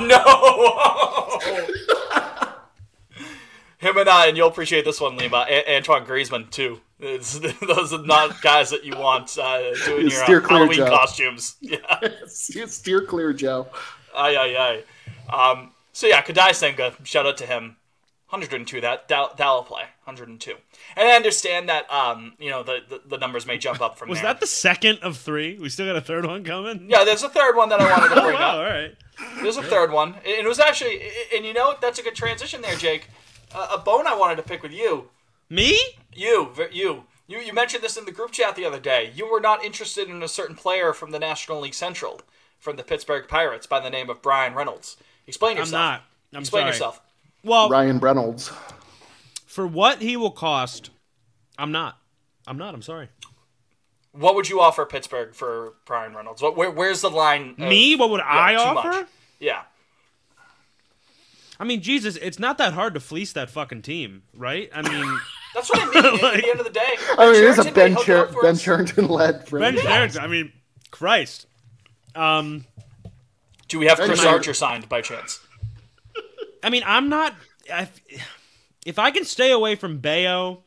C: Oh no! Him and I, and you'll appreciate this one, Lima. A- Antoine Griezmann too. It's, those are not guys that you want uh, doing your
D: You steer
C: uh,
D: clear,
C: Halloween
D: Joe.
C: costumes. Yeah, aye,
D: Steer clear, Joe.
C: aye, aye. Um, so yeah, Kadai Senga. Shout out to him. 102. That that that'll play. 102. And I understand that um, you know the, the the numbers may jump up from
B: Was
C: there.
B: that the second of three? We still got a third one coming.
C: yeah, there's a third one that I wanted to bring up.
B: Wow, all right.
C: There's a third one, and it was actually, and you know, what? that's a good transition there, Jake. Uh, a bone I wanted to pick with you,
B: Me?
C: you, you, you, you mentioned this in the group chat the other day. You were not interested in a certain player from the National League Central, from the Pittsburgh Pirates, by the name of Brian Reynolds. Explain
B: I'm
C: yourself.
B: not. I'm
C: Explain
B: sorry.
C: yourself.
B: Well,
D: Ryan Reynolds.
B: for what he will cost, I'm not. I'm not. I'm sorry.
C: What would you offer Pittsburgh for Brian Reynolds? What, where, where's the line? of-
B: Me? What would I
C: Oh, too
B: offer?
C: much. Yeah,
B: I mean, Jesus, it's not that hard to fleece that fucking team, right? I mean,
C: That's what I mean. at
B: Like-
C: the end of the day,
D: I mean, it Oh, is a
C: Charrington, they
D: Ben,
C: held it
D: Char-
C: up for
D: ben
C: us.
D: Charrington led for
B: Ben Barrett, I mean, Christ. Um,
C: Do we have Chris
D: Charrington.
C: Archer signed by chance?
B: I mean, I'm not. I, if I can stay away from Bayo,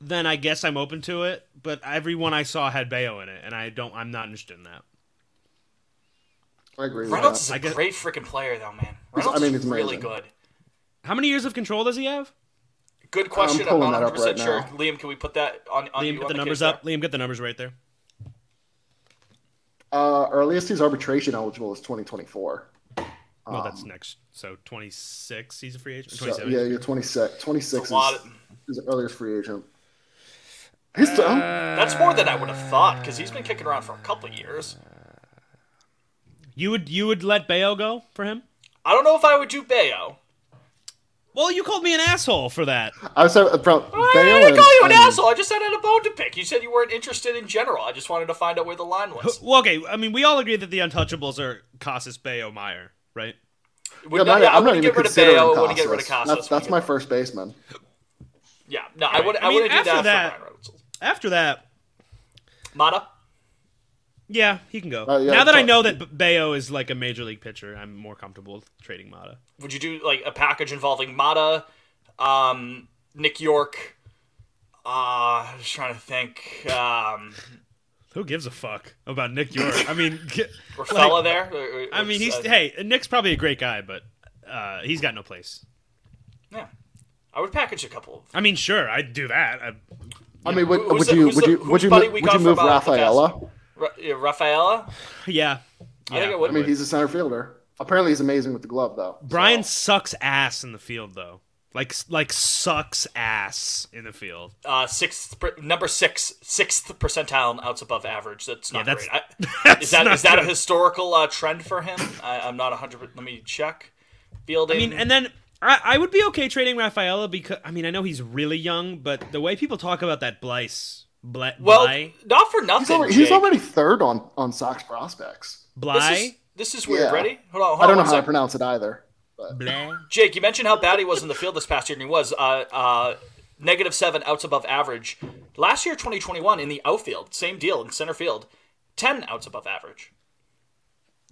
B: then I guess I'm open to it. But everyone I saw had Bayo in it, and I don't. I'm not interested in that.
D: I agree with
C: Reynolds
D: that.
C: is a
B: I guess-
C: great freaking player, though, man. Reynolds
D: mean,
C: is
D: he's
C: really
D: amazing.
C: good.
B: How many years of control does he have?
C: Good question. I'm
D: pulling
C: not
D: that up
C: 100 percent
D: right
C: sure.
D: now.
C: Liam, can we put that on? on you
B: Liam, get
C: on
B: the numbers
C: case
B: up. Liam, get the numbers right there.
D: Uh, earliest he's arbitration eligible is 2024.
B: Well, that's next. So 26, he's a free agent.
D: Um, So,
B: 27.
D: yeah, you're 26. 26
C: That's a lot Uh,
D: is,
C: of-
D: is the earliest free agent. He's still,
C: there? That's more than I would have thought because he's been kicking around for a couple years.
B: You would you would let Bayo go for him?
C: I don't know if I would do Bayo.
B: Well, you called me an asshole for that.
D: I was talking about
C: I
D: Bale
C: didn't
D: and-
C: call Oh, you an
D: and-
C: asshole. I just said I had a bone to pick. You said you weren't interested in general. I just wanted to find out where the line was.
B: Well, okay. I mean, we all agree that the Untouchables are Casas, Bayo, Meyer, right?
C: We-
D: Yeah,
C: no,
D: I'm not,
C: yeah, I
D: I'm not
C: wouldn't
D: even
C: get rid of
D: considering
C: Bayo. I wouldn't get rid of
D: Casas.
C: Casas.
D: That's, that's my first baseman.
C: Yeah, no, I would.
B: I
C: I
B: mean,
C: wouldn't do
B: after
C: that,
B: that-
C: for Ryan Reynolds.
B: After that,
C: Mata.
B: yeah, he can go.
D: Uh, yeah,
B: now that I
D: but-
B: know that B- Bayo is like a major league pitcher, I'm more comfortable with trading Mata.
C: Would you do like a package involving Mata, um, Nick York? Uh, I'm just trying to think. Um,
B: Who gives a fuck about Nick York? I mean, g-
C: Rafella there. Or- or-
B: I mean, he's
C: uh,
B: hey, Nick's probably a great guy, but uh, he's got no place.
C: yeah. I would package a couple. of
B: I mean, sure, I'd do that. I,
D: I mean, would,
C: Who- who's
D: would,
C: the-
D: you,
C: who's
D: would
C: the-
D: you
C: whose
D: would you
C: buddy
D: mo-
C: we
D: would you
C: got
D: move
C: from, uh, the
D: Rafaela?
C: Ra- yeah, Rafaela.
B: yeah,
C: I think
B: Yeah,
C: I would.
D: I mean, he's a center fielder. Apparently, he's amazing with the glove, though.
B: Brian sucks ass in the field though. Like like sucks ass in the field.
C: uh, sixth, per- number six, sixth percentile and outs above average. That's not
B: that's-
C: great. I,
B: that's
C: is that
B: not
C: is that a
B: good.
C: historical uh, trend for him? I, I'm not 100. Let me check. Fielding.
B: I mean, and then I, I would be okay trading Rafaela because I mean I know he's really young, but the way people talk about that Blyce, Bly,
C: well,
B: Bly,
C: not for nothing.
D: He's already, he's
C: Jake.
D: already third on on Sox prospects.
B: Bly,
C: This is, this is weird.
D: Yeah.
C: Ready? Hold on.
B: Oh,
C: Hold
D: I don't
C: on
D: know
C: one
D: how to
C: sec.
D: pronounce it either. But
B: Bly.
C: Jake, you mentioned how bad he was in the field this past year, and he was uh, uh, negative seven outs above average. Last year, 2021, in the outfield, same deal in center field, 10 outs above average.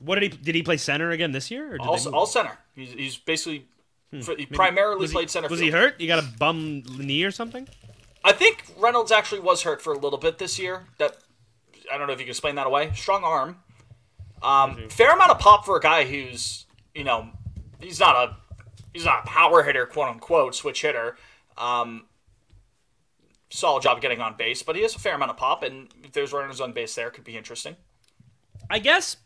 B: What did he did he play center again this year? Or did they
C: All,
B: move Hmm.
C: all center. He's, he's basically f- he primarily
B: Was he-
C: played center
B: Was
C: field.
B: he hurt? He got a bum knee or something?
C: I think Reynolds actually was hurt for a little bit this year. That I don't know if you can explain that away. Strong arm.
B: Mm-hmm.
C: Um, fair amount of pop for a guy who's you know he's not a he's not a power hitter, quote unquote, switch hitter. Um, solid job getting on base, but he has a fair amount of pop, and if there's runners on base, there could be interesting.
B: I guess.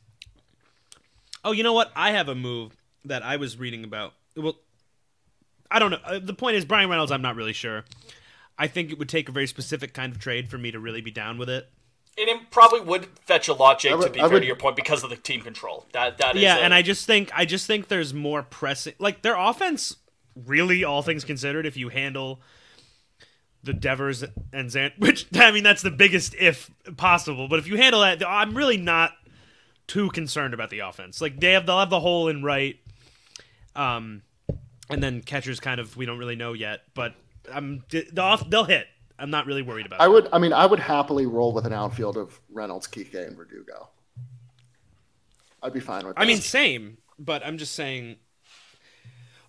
B: Oh, you know what? I have a move that I was reading about. Well, I don't know. Uh, The point is, Brian Reynolds. I'm not really sure. I think it would take a very specific kind of trade for me to really be down with it.
C: And it probably would fetch a lot, Jake, to
D: would-
C: be
D: I
C: fair
D: would-
C: to your point, because of the team control. That that is
B: yeah,
C: a-
B: and I just think I just think there's more pressing. Like their offense, really, all things considered, if you handle the Devers and Zan, which I mean, that's the biggest if possible. But if you handle that, I'm really not too concerned about the offense. Like they have, they'll have the hole in right, um, and then catchers kind of we don't really know yet. But I'm the off, they'll hit. I'm not really worried about.
D: I
B: it.
D: would. I mean, I would happily roll with an outfield of Reynolds, Kike, and Verdugo. I'd be fine with. That.
B: I mean, same, but I'm just saying.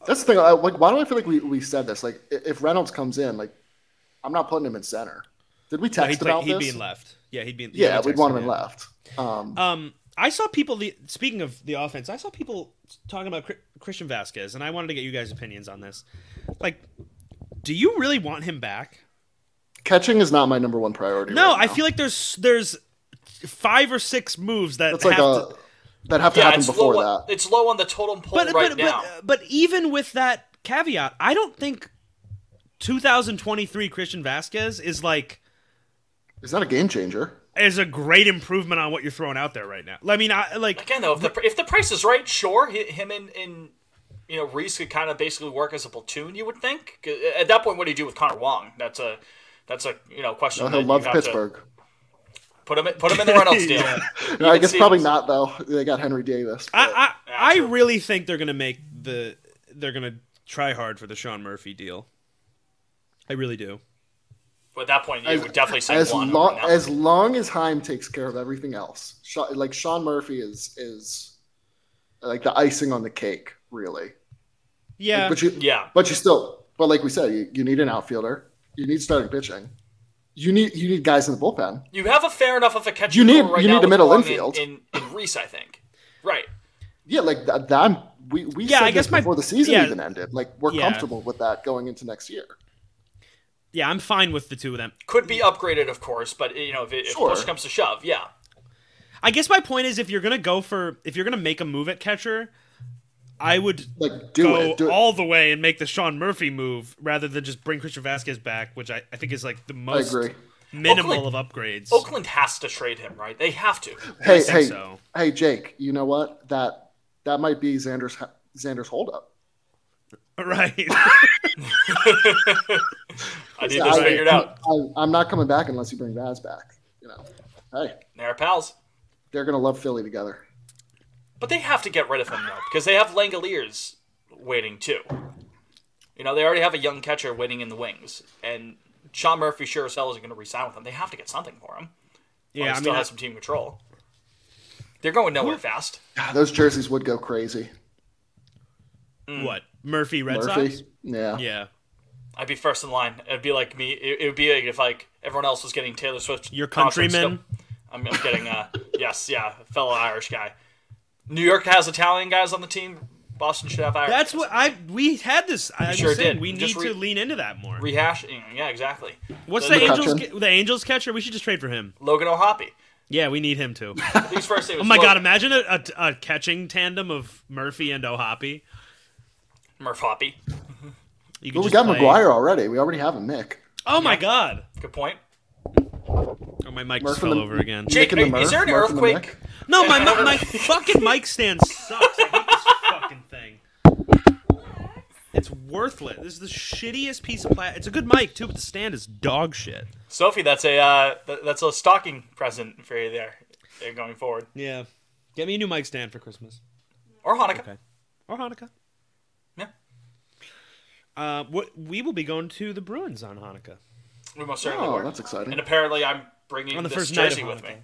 D: that's the thing. I, like, why do I feel like we, we said this? Like, i- if Reynolds comes in, like, I'm not putting him in center. Did we text
B: He'd, play-
D: about
B: he'd
D: this?
B: be in left. Yeah, he'd be. In,
D: Yeah,
B: we
D: we'd want him in left. Um,
B: Um, I saw people. The, speaking of the offense, I saw people talking about Cri- Christian Vasquez, and I wanted to get you guys' opinions on this. Like, do you really want him back?
D: catching is not my number one priority.
B: No,
D: right
B: I
D: now.
B: feel like there's there's five or six moves that
D: that's
B: have
D: like a
B: to.
D: that have to
C: yeah,
D: happen
C: it's
D: before
C: low,
D: that.
C: It's low on the totem pole
B: But
C: right
B: but,
C: now.
B: but but even with that caveat, I don't think 2023 Christian Vasquez is like
D: It's not a game changer.
B: is a great improvement on what you're throwing out there right now. I mean, I like
C: Again, though, if the if the price is right, sure, hi- him and and you know Reese could kind of basically work as a platoon. You would think 'Cause uh, at that point, what do you do with Connor Wong? That's a that's a you know question.
D: I
C: that you
D: love
C: have to
D: Pittsburg.
C: Put him in, put him in the Reynolds deal.
D: No, I guess
C: see
D: probably
C: it.
D: not though. They got Henry Davis. but-
B: I I, I
C: true.
B: really think they're gonna make the they're gonna try hard for the Sean Murphy deal. I really do.
C: But at that point, you would definitely say
D: as
C: one.
D: long
C: right now.
D: as long as Heim takes care of everything else. Sha- like Sean Murphy is is like the icing on the cake, really.
B: Yeah,
D: But you
C: yeah,
D: but you still but like we said, you, you need an outfielder. You need starting pitching. You need you need guys in the bullpen.
C: you have a fair enough of a catch.
D: You
C: and
D: need-
C: throw right
D: you
C: now
D: need a
C: with
D: middle
C: Wong in-
D: infield.
C: in, in, Reese, I think. Right.
D: Yeah, like that. that I'm- we we
B: Yeah,
D: said
B: I guess
D: this
B: my-
D: before the season
B: yeah.
D: even ended. Like we're
B: Yeah.
D: comfortable with that going into next year.
B: yeah, I'm fine with the two of them.
C: Could be upgraded, of course, but you know, if, it, if
D: Sure.
C: push comes to shove, yeah.
B: I guess my point is, if you're gonna go for, if you're gonna make a move at catcher, I would
D: Like do
B: go
D: it. Do it.
B: all the way and make the Sean Murphy move rather than just bring Christian Vasquez back, which I, I think is like the
D: I
B: most
D: agree.
B: minimal
C: Oakland-
B: of upgrades.
C: Oakland has to trade him, right? They have to.
D: Hey,
B: think
D: hey,
B: so.
D: hey, Jake. You know what? That that might be Xander's Xander's holdup.
B: Right.
C: I need
D: Yeah,
C: this
D: I-
C: figured out.
D: I, I'm not coming back unless you bring Vaz back. You know, hey,
C: They're pals.
D: they're gonna love Philly together.
C: But they have to get rid of him though, because they have Langoliers waiting too. You know, they already have a young catcher waiting in the wings, and Sean Murphy sure as hell isn't going to resign with him. They have to get something for him.
B: yeah,
C: he
B: I
C: still
B: mean,
C: has some team control. They're going nowhere fast.
D: God, Those jerseys would go crazy.
B: I- what Murphy Red
D: mm. Murphy,
B: Sox?
D: yeah.
B: Yeah,
C: I'd be first in line. It'd be like me. It, it would be like if like everyone else was getting Taylor Swift.
B: your
C: contracts
B: countrymen.
C: still. I'm, I'm getting uh yes yeah fellow Irish guy. New York has Italian guys on the team. Boston should have Irish.
B: That's
C: guys.
B: what I we had this. I was
C: sure
B: saying
C: did.
B: we
C: Just
B: need
C: re-
B: to lean into that more.
C: rehashing. Yeah, exactly.
B: What's the
C: Then
B: Angels?
D: McCutcheon.
B: ca- The Angels catcher. We should just trade for him.
C: Logan O'Hoppy.
B: Yeah, we need him too.
C: I think his first name
B: Oh
C: was
B: my
C: Logan.
B: god! Imagine a, a, a catching tandem of Murphy and Ohapi.
C: Murph Hoppy.
B: You could
D: But we
B: just
D: got
B: play-
D: McGuire already. We already have a Mick.
B: Oh my god!
C: Good point.
B: Oh, my mic
D: Murph
B: just
D: and
B: fell
D: the-
B: over again.
C: Jake,
D: Mick and the
C: are- is
D: Murph,
C: there an
D: Murph and the
C: earthquake?
D: Mick.
B: No, my mi- my fucking mic stand sucks. I hate this fucking thing. It's worthless. This is the shittiest piece of plastic. It's a good mic too, but the stand is dog shit.
C: Sophie, that's a uh, th- that's a stocking present for you there, there going forward,
B: Yeah, get me a new mic stand for Christmas
C: or Hanukkah.
B: Okay. or Hanukkah.
C: Yeah,
B: Uh, what we will be going to the Bruins on Hanukkah.
C: we most certainly
D: Oh,
C: were.
D: that's exciting.
C: And apparently, I'm bringing
B: On the
C: this
B: first night
C: jersey
B: of
C: with me.
B: Hanukkah.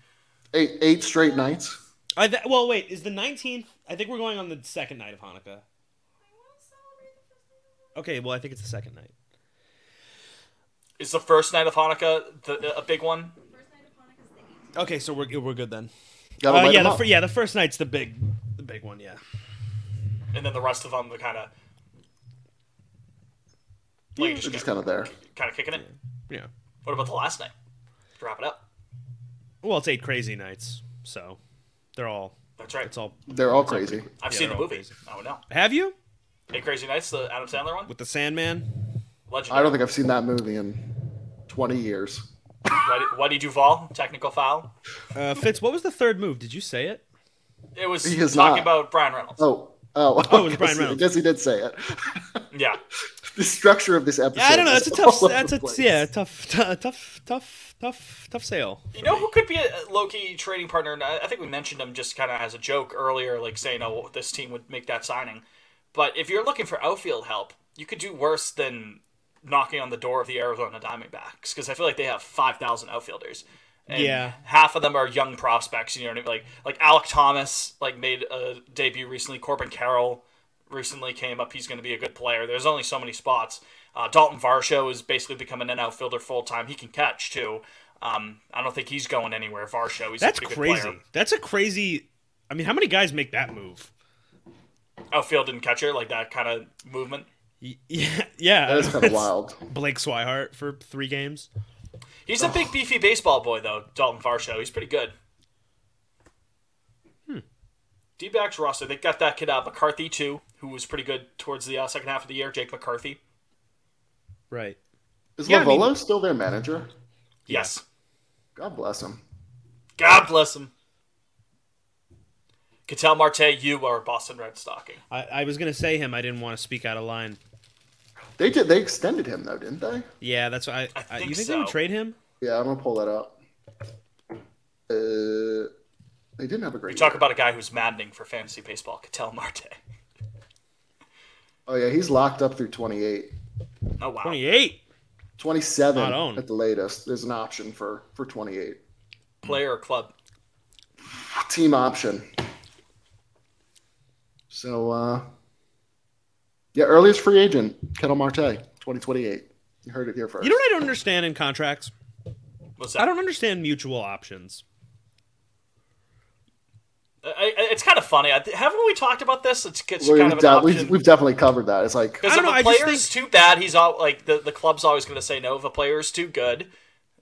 D: Eight eight straight nights.
B: I th- well, wait, is the nineteenth? I think we're going on the second night of Hanukkah. Okay, well, I think it's the second night.
C: Is the first night of Hanukkah the, a big one?
B: Okay, so we're we're good then.
D: Gotta
B: Uh,
D: light
B: yeah,
D: 'em
B: the
D: up.
B: fir- yeah, the first night's the big the big one. Yeah.
C: And then the rest of them, the kind of like
D: They're
C: just,
D: just
C: kind
D: kind of there.
C: of kicking it.
B: Yeah.
C: What about the last night? Wrap it up.
B: Well, it's eight crazy nights, so they're all
C: That's right.
B: it's all.
D: They're all crazy.
C: I've
B: yeah,
C: seen the
B: they're all
C: movie.
B: crazy.
C: Oh no,
B: Have you
C: Hey Crazy Nights, the Adam Sandler one.
B: with the Sandman?
D: I
C: Legendary.
D: don't think I've seen that movie in 20 years.
C: Why did- why did you fall? Technical foul.
B: Uh, Fitz, what was the third move? Did you say it?
C: It was
D: He is
C: talking
D: not.
C: about Brian Reynolds.
D: Oh, oh,
B: Oh, it was
D: I guess
B: Brian
D: he-
B: Reynolds.
D: I guess he did say it.
C: Yeah.
D: the structure of this episode.
B: Yeah, I don't know.
D: is
B: That's a tough.
D: all over
B: That's
D: the
B: a
D: place.
B: yeah, tough, t- tough, tough, tough, tough sale.
C: You know who could be a low-key trading partner? And I I think we mentioned him just kind of as a joke earlier, like saying, "Oh, this team would make that signing." But if you're looking for outfield help, you could do worse than knocking on the door of the Arizona Diamondbacks because I feel like they have five thousand outfielders. And
B: Yeah.
C: half of them are young prospects. You know what I mean? Like like Alec Thomas, like made a debut recently. Corbin Carroll recently came up. He's going to be a good player. There's only so many spots. Uh, Dalton Varsho is basically becoming an outfielder full time. He can catch too. Um, I don't think he's going anywhere. Varsho, he's
B: That's
C: a pretty Good
B: crazy.
C: player.
B: That's a crazy. I mean, how many guys make that move?
C: Outfield and catcher, like that kind of movement.
B: Y- Yeah, yeah.
D: That is kind of wild.
B: Blake Swihart for three games.
C: He's a big beefy baseball boy though. Dalton Varsho, he's pretty good. Hmm.
B: Hmm.
C: D-backs roster, they got that kid uh, McCarthy too, who was pretty good towards the uh, second half of the year. Jake McCarthy.
B: Right.
D: Is
B: Yeah, I mean-
D: Lavolo still their manager?
C: Yes.
D: God bless him.
C: God bless him. Cattell Marte, you are a Boston Red Stocking.
B: I, I was gonna say him. I didn't want to speak out of line.
D: They did. They extended him though, didn't they?
B: Yeah, that's why.
C: I
B: I, I-
C: think
B: you think they would
C: so.
B: trade him?
D: Yeah, I'm gonna pull that up. Uh, they didn't have a great.
C: Talk
D: year.
C: about a guy who's maddening for fantasy baseball, Cattell Marte.
D: Oh yeah, he's locked up through 28.
C: Oh wow.
B: Twenty-eight.
D: 28,
B: Not
D: 27
B: owned.
D: at the latest. There's an option for for 28.
C: Player or club?
D: Team option. So uh yeah, earliest free agent, Kettle Marte, 2028. You heard it here first.
B: You know what I don't understand in contracts?
C: What's that?
B: I don't understand mutual options.
C: I, I- it's kind of funny. I, th- haven't we talked about this? It's, it's
D: Well,
C: kind
D: we've,
C: of an
D: de-
C: option.
D: we've, we've definitely covered that. It's like
B: I
C: Because if
B: don't know, I
C: a
B: just
C: player's too bad, he's all like the, the club's always going to say no. If a player's too good,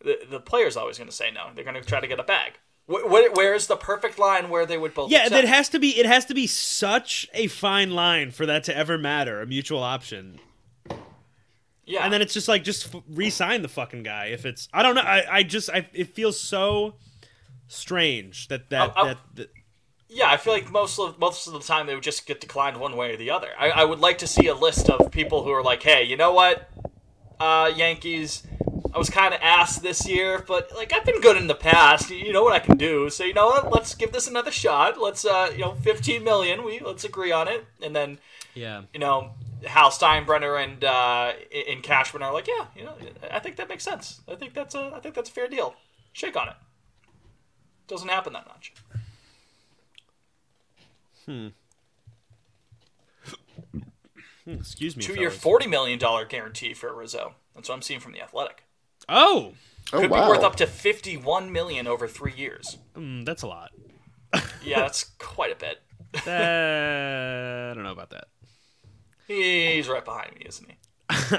C: the, the player's always going to say no. They're going to try to get a bag. Wh- wh- where is the perfect line where they would both?
B: Yeah,
C: accept?
B: that has to be it has to be such a fine line for that to ever matter, a mutual option.
C: yeah.
B: and then it's just like just f- re-sign the fucking guy if it's i don't know i, I just I, it feels so strange that that,
C: I'll-
B: that that
C: yeah, I feel like most of most of the time they would just get declined one way or the other. I, I would like to see a list of people who are like, hey, you know what, uh, Yankees, I was kind of asked this year, but like I've been good in the past. You- You know what I can do, so you know what, let's give this another shot. Let's uh, you know, fifteen million. We let's agree on it, and then
B: yeah
C: you know, Hal Steinbrenner and uh, and Cashman are like, yeah, you know, I think that makes sense. I think that's a I think that's a fair deal. Shake on it. Doesn't happen that much.
B: Hmm, excuse me
C: Two year,
B: fellas.
C: forty million dollar guarantee for Rizzo. That's what I'm seeing from the Athletic.
B: oh
D: oh,
C: Could
D: wow.
C: be worth up to fifty one million over three years.
B: mm, that's a lot
C: Yeah, that's quite a bit.
B: That- i don't know about that
C: He's right behind me, isn't he?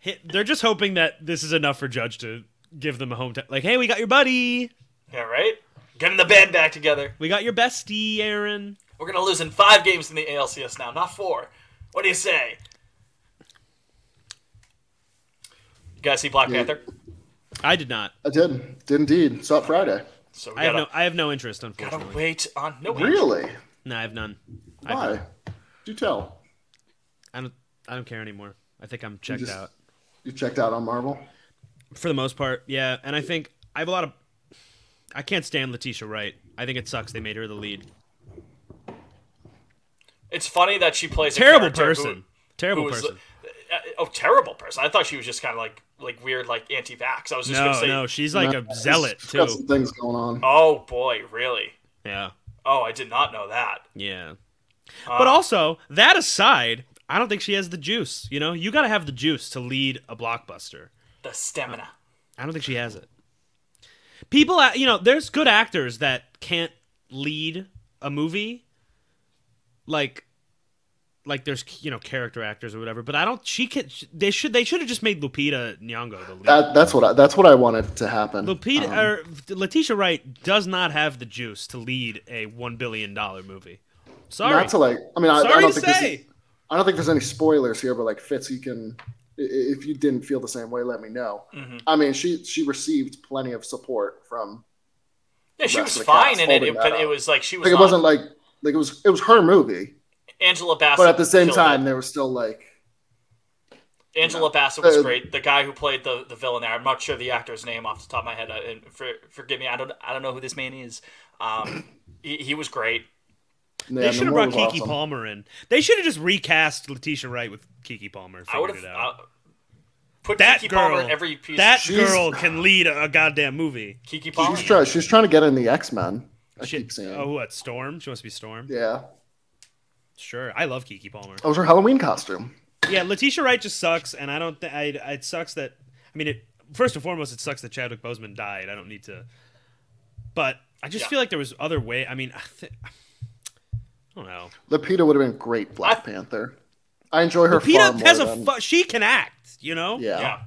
B: Hey, they're just hoping that this is enough for judge to give them a home t- like hey we got your buddy
C: Yeah, right. Getting the band back together.
B: we got your bestie aaron
C: We're gonna lose in five games in the ALCS now, not four. What do you say? You guys see Black
D: Yeah.
C: Panther?
B: i did not
D: I did. Did indeed. Saw it Friday.
C: So we
B: i have
C: gotta,
B: no i have no interest
C: gotta
B: unfortunately
C: wait on no
D: Really?
B: no i have none I have
D: Why?
B: none.
D: Do tell.
B: i don't i don't care anymore i think i'm checked
D: just-
B: out
D: You checked out on Marvel?
B: For the most part, yeah. And I think I have a lot of. I can't stand Letitia Wright. I think it sucks they made her the lead.
C: It's funny that she plays
B: Terrible
C: a character
B: person.
C: Who,
B: Terrible
C: who is-
B: person.
C: uh, oh, terrible person. I thought she was just kind of like like weird, like anti-vax. I was just
B: No,
C: gonna say,
B: no, she's like a zealot
D: She's Got some
B: too.
D: things going on.
C: oh boy, really?
B: Yeah,
C: Oh, I did not know that.
B: yeah. But also, that aside, I don't think she has the juice. You know, you got to have the juice to lead a blockbuster.
C: The stamina.
B: I don't think she has it. People, a- you know, there's good actors that can't lead a movie, like, like there's you know character actors or whatever. But I don't. She can. sh- They should. They should have just made Lupita Nyong'o the lead.
D: That, that's what I, that's what I wanted to happen.
B: Lupita
D: Um,
B: or Letitia Wright does not have the juice to lead a one billion dollar movie.
C: uh,
B: Sorry,
D: Not to like. I mean, I, I
B: sorry
D: don't
B: to
D: think this
B: say.
D: is, I don't think there's any spoilers here, but like Fitz, you can. i- i- If you didn't feel the same way, let me know.
C: Mm-hmm.
D: I mean, she she received plenty of support from.
C: Yeah, she
D: Rest
C: was
D: of the cast
C: fine in it,
D: holding
C: it- but
D: that
C: it
D: up.
C: was like she was.
D: Like it
C: not-
D: wasn't like like it was it was her movie,
C: Angela Bassett.
D: but at the same
C: killed
D: time,
C: it.
D: they were still like.
C: Angela Bassett was
D: Uh,
C: great. The guy who played the, the villain there, I'm not sure the actor's name off the top of my head. I, and for, forgive me, I don't I don't know who this man is. Um, he, he was great.
D: man,
B: They
D: the
B: should have
D: war
B: brought
D: was
B: Kiki
D: awesome.
B: Palmer in. They should have just recast Letitia Wright with Kiki Palmer.
C: I would have
B: figured it out.
C: put
B: that
C: Kiki
B: girl,
C: Palmer in every piece.
B: that
D: She's-
B: girl can lead a, a goddamn movie.
C: Kiki Palmer.
D: She's trying. She's trying to get in the X Men. I
B: She-
D: keep seeing.
B: oh, what Storm? She wants to be Storm.
D: Yeah,
B: Sure, I love Kiki Palmer.
D: that was her Halloween costume.
B: Yeah, Letitia Wright just sucks, and I don't. Th- I, it sucks that. I mean, it first and foremost, it sucks that Chadwick Boseman died. I don't need to. But I just
C: Yeah.
B: feel like there was other way. I mean, I, th- I don't know.
D: Lupita would have been great Black
C: I-
D: Panther. I enjoy her. far
B: Lupita
D: more
B: has a.
D: than-
B: Fu- she can act. You know.
D: yeah.
C: Yeah.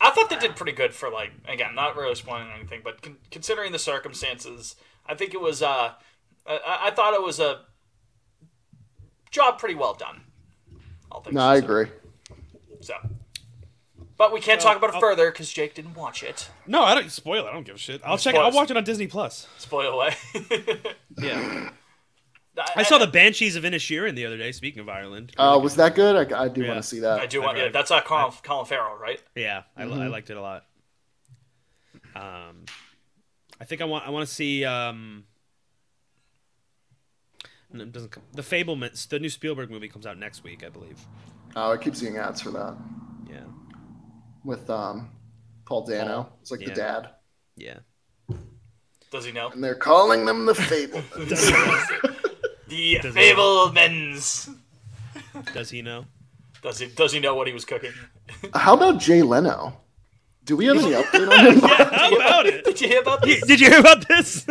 C: I thought they did pretty good for like again, not really spoiling anything, but con- considering the circumstances, I think it was. Uh, I, I thought it was a job pretty well done. All things
D: No, I
C: considered.
D: agree.
C: So, but we can't talk about it further because Jake didn't watch it.
B: No, I don't spoil it. I don't give a shit. I'll check. it.
C: spoil
B: I'll
C: it.
B: watch it on Disney Plus.
C: Spoil away. yeah.
B: I saw the Banshees of Inisherin the other day. Speaking of Ireland,
D: Uh, was that good? I, I do
B: Yeah.
D: want to see that.
C: I do want. Yeah,
B: read-
C: that's uh, Colin, Colin Farrell, right?
B: Yeah, I, li- I liked it a lot. Um, I think I want I want to see um. no, it doesn't come, the Fablements. The new Spielberg movie comes out next week, I believe.
D: Oh, I keep seeing ads for that
B: Yeah.
D: with um, Paul Dano. It's like
B: Yeah.
D: the dad,
B: Yeah.
C: Does he know?
D: and they're calling them the Fable.
C: The
B: Does he
C: Fablemans.
B: Does he know?
C: Does he? Does he know what he was cooking?
D: How about Jay Leno? Do we have any update on him?
B: How about it?
C: Did you hear about this?
B: Did you hear about this?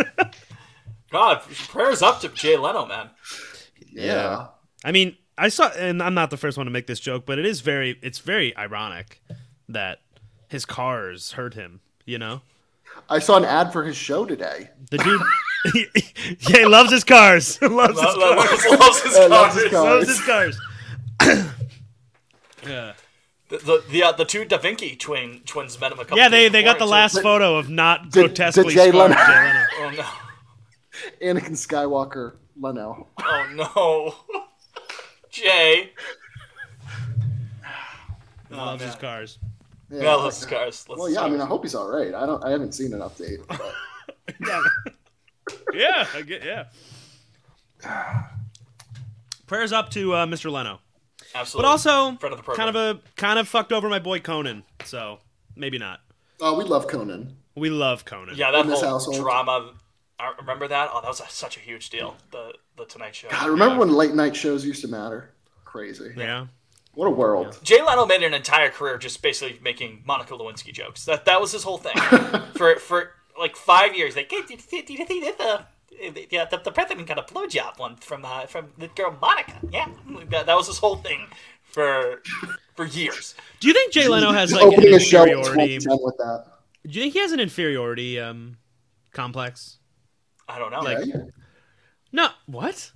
C: God, prayers up to Jay Leno, man.
D: yeah.
B: I mean, I saw, and I'm not the first one to make this joke, but it is very, it's very ironic that his cars hurt him. You know,
D: I saw an ad for his show today.
B: the dude, yeah, he loves his cars, loves his
C: Lo- lo-
B: cars,
C: loves his
D: Yeah, loves his
C: cars.
D: cars.
B: loves his cars. yeah,
C: The the the, uh, the two Da Vinci twin twins met him a couple.
B: yeah. They
C: days
B: they got the
C: before,
B: last
C: too.
B: photo of not
D: did
B: grotesquely
D: Jay
B: scarred
D: Leno-
B: Jay Leno.
C: Oh no!
D: Anakin Skywalker Leno.
C: Oh no! Jay. Oh,
B: loves his
C: man.
B: cars.
D: Yeah.
C: Yeah, loves his cars. Loves
D: well,
C: his
D: yeah. I mean, I
C: cars.
D: hope he's all right. I don't. I haven't seen an update. but-
B: Yeah, yeah, I get, yeah. Prayers up to uh, Mr. Leno.
C: absolutely.
B: But also,
C: Friend of the program.
B: kind of a kind of fucked over my boy Conan. So maybe not.
D: Oh, we love Conan.
B: We love Conan.
C: yeah, that
D: in this
C: whole
D: household.
C: drama. I remember that. Oh, that was a, such a huge deal. The the Tonight Show.
D: I remember when late night shows used to matter. Crazy.
B: Yeah.
D: What a world.
C: Jay Leno made an entire career just basically making Monica Lewinsky jokes. That that was his whole thing for for like five years. Like, "Hey, did- did- did you think that the yeah, the, the president got a blowjob one from uh, from the girl Monica. Yeah, that, that was his whole thing for for years.
B: Do you think Jay Leno has like an
D: Opening a show at 12
B: inferiority?
D: with
B: Do
D: that.
B: you think he has an inferiority um complex?
C: I don't know.
D: Right?
B: No. What?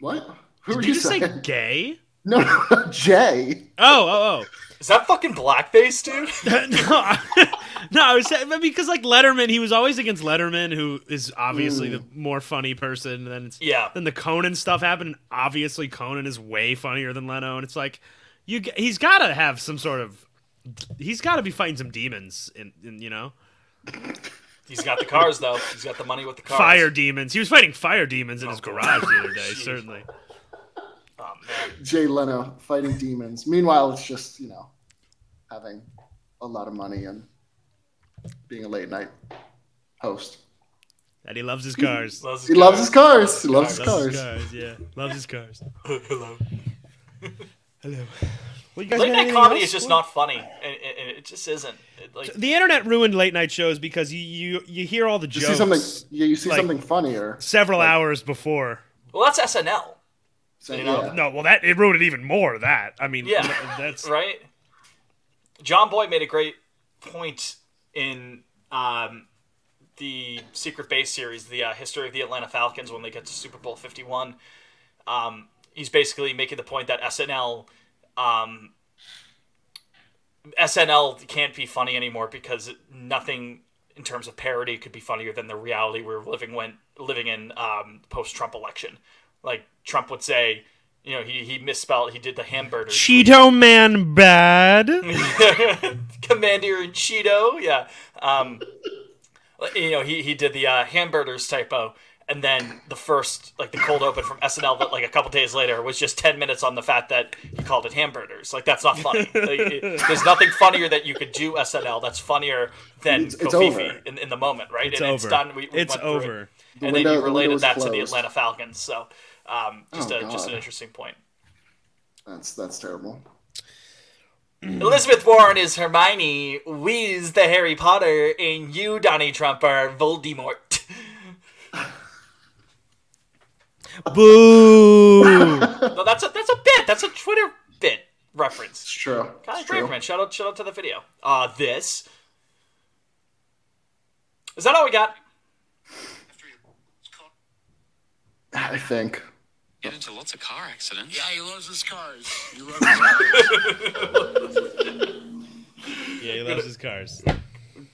D: What? Who are
B: Did you
D: you
B: just
D: saying?
B: say gay?
D: No, no, Jay.
B: Oh, oh, oh.
C: Is that fucking blackface, dude?
B: no, I, no, I was saying because like Letterman, he was always against Letterman, who is obviously the more funny person than it's,
C: Yeah.
B: Then the Conan stuff happened. And obviously, Conan is way funnier than Leno, and it's like you g- he's got to have some sort of he's got to be fighting some demons, in, in you know
C: He's got the cars though. He's got the money with the cars. Oh.
B: fire demons. He was fighting fire demons in his garage the other day,
C: Jeez.
B: certainly.
C: Oh man.
D: Jay Leno fighting demons. Meanwhile, it's just, you know, having a lot of money and being a late night host.
B: And he loves his cars.
C: Loves his
D: He loves his cars. He loves his
B: Loves his
D: cars.
B: cars, yeah. Loves his cars.
C: cars. Hello.
B: Hello. Well, you guys
C: Late
B: got
C: night
B: anything
C: comedy
B: else?
C: is just not funny, and, and- and it just isn't. It, like,
B: the internet ruined late night shows because you you, you hear all the
D: You
B: jokes
D: see something, yeah, you see
B: Like-
D: something funnier.
B: several hours before.
C: well, that's SNL,
D: So,
C: you know,
D: yeah.
B: No, well that it ruined it even more. That I mean,
C: Yeah.
B: that's
C: right? John Boyd made a great point in um, the Secret Base series, the uh, history of the Atlanta Falcons, when they get to Super Bowl Fifty One. Um, he's basically making the point that SNL. Um, SNL can't be funny anymore because nothing in terms of parody could be funnier than the reality we were living when living in um, post Trump election. Like Trump would say, you know, he, he misspelled, he did the hamburger.
B: Cheeto Man bad.
C: Commander in Cheeto, yeah. Um, you know, he, he did the uh, hamburgers typo, and then the first, like the cold open from SNL, but like a couple days later, was just 10 minutes on the fact that he called it hamburgers. Like, that's not funny. Like, it- there's nothing funnier that you could do SNL that's funnier than
D: It's- it's over.
C: Kofifi in, in the moment, right?
B: It's
C: and
B: over.
C: it's done. We, we
B: it's
C: went through it.
B: over.
C: And then
D: window- the
C: you
D: window
C: related
D: was
C: that to the
D: closed.
C: Atlanta Falcons. So, um, just,
D: Oh,
C: a, just
D: God.
C: an interesting point.
D: That's that's terrible.
C: Elizabeth Warren is Hermione, Wee's the Harry Potter, and you, Donnie Trump, are Voldemort.
B: Boo.
C: no, that's a that's a bit. That's a Twitter bit
D: It's
C: reference.
D: true.
C: Kyle
D: It's true.
C: Draperman, shout out shout out to the video. Uh this. Is that all we got?
D: I think.
G: Get into lots of car accidents.
F: Yeah, he loves his cars. He loves his cars.
B: yeah, he loves his cars.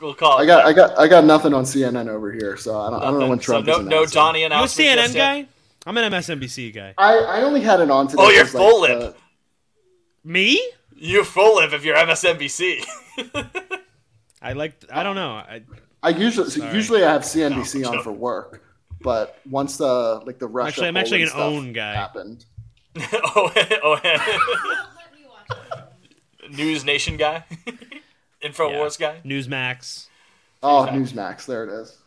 C: We'll call it.
D: I got I got I got nothing on CNN over here, so I don't, I don't know when
C: so
D: Trump
C: no,
D: is
C: no
D: announcing.
C: Donnie
B: You a
C: announcement.
B: CNN
C: just uh, yet.
B: guy? I'm an MSNBC guy.
D: I, I only had it on today.
C: Oh, you're
D: because,
C: full
D: like,
C: lip.
B: Me?
C: You full live if you're MSNBC.
B: I like. I don't know. I,
D: I usually so usually I have CNBC
C: No,
D: on
C: no.
D: for work, but once the like the Russia
B: Actually, I'm actually
D: Poland
B: an
D: stuff
B: own guy.
D: happened.
C: oh, oh,
E: Let me watch it.
C: News Nation guy, Infowars guy.
B: Newsmax.
D: Oh, Newsmax. There it is.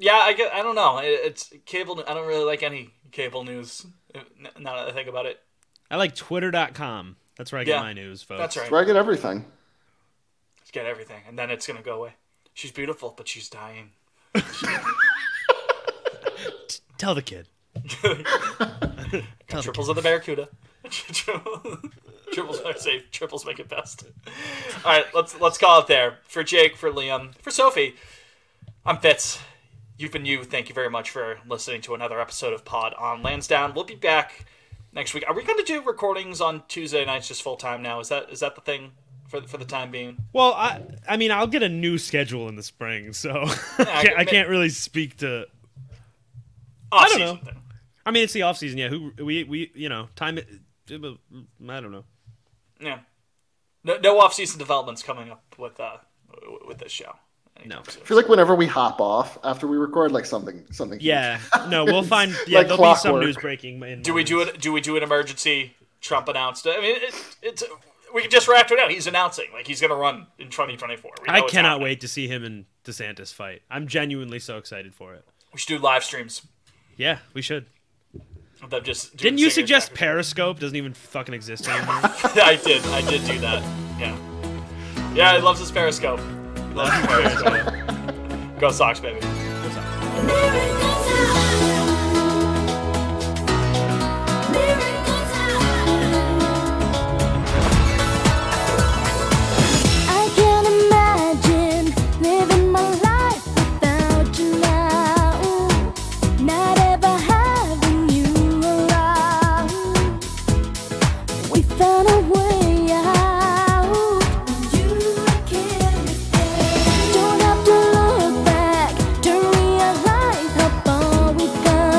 C: Yeah, I get. I don't know. It, it's cable. I don't really like any cable news. uh, n- Now that I think about it,
B: I like Twitter.com. That's where I get
C: Yeah,
B: my news, folks.
C: that's right.
D: Where I get everything.
C: Let's get everything, and then it's gonna go away. She's beautiful, but she's dying.
B: Tell the kid. Tell the
C: Triples of the Barracuda. Triples are safe. Triples make it best. All right, let's let's call it there for Jake, for Liam, for Sophie. I'm Fitz. You've been you. Thank you very much for listening to another episode of Pod on Lansdowne. We'll be back next week. Are we going to do recordings on Tuesday nights just full time now? Is that is that the thing for for the time being?
B: Well, I I mean, I'll get a new schedule in the spring, so I,
C: I
B: can't, I can't really speak to.
C: I
B: don't know. I mean, it's the off season, yeah. Who we we you know time. I don't know.
C: Yeah. No, no off season developments coming up with uh with this show.
B: No.
D: I feel like whenever we hop off after we record, like something, something.
B: Yeah, no, we'll find. Yeah,
D: Like
B: there'll be some
D: clockwork.
B: news breaking. In
C: Do we do it? Do we do an emergency? Trump announced. it? I mean, it, it's we can just wrap it out. He's announcing like he's going to run in 2024. We
B: I
C: know it's
B: cannot
C: happening.
B: wait to see him and DeSantis fight. I'm genuinely so excited for it.
C: We should do live streams.
B: Yeah, we should.
C: of them just doing
B: Didn't you
C: singers
B: suggest
C: back
B: Periscope doesn't even fucking exist anymore?
C: and forth. I did. I did do that. Yeah. Yeah, he loves his Periscope. He Loves his Periscope. Go Sox, baby.
H: I can't imagine living my life without you now. Not ever having you around. We found a way out. You carried Don't have to look back to realize how far.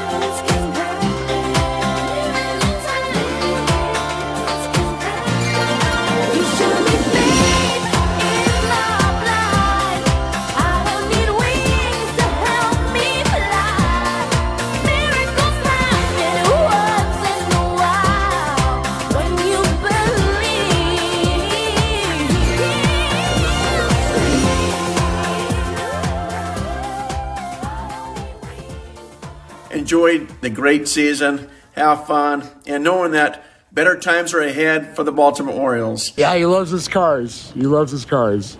H: Oh,
A: enjoyed the great season, have fun, and knowing that better times are ahead for the Baltimore Orioles.
I: Yeah, he loves his cars. He loves his cars.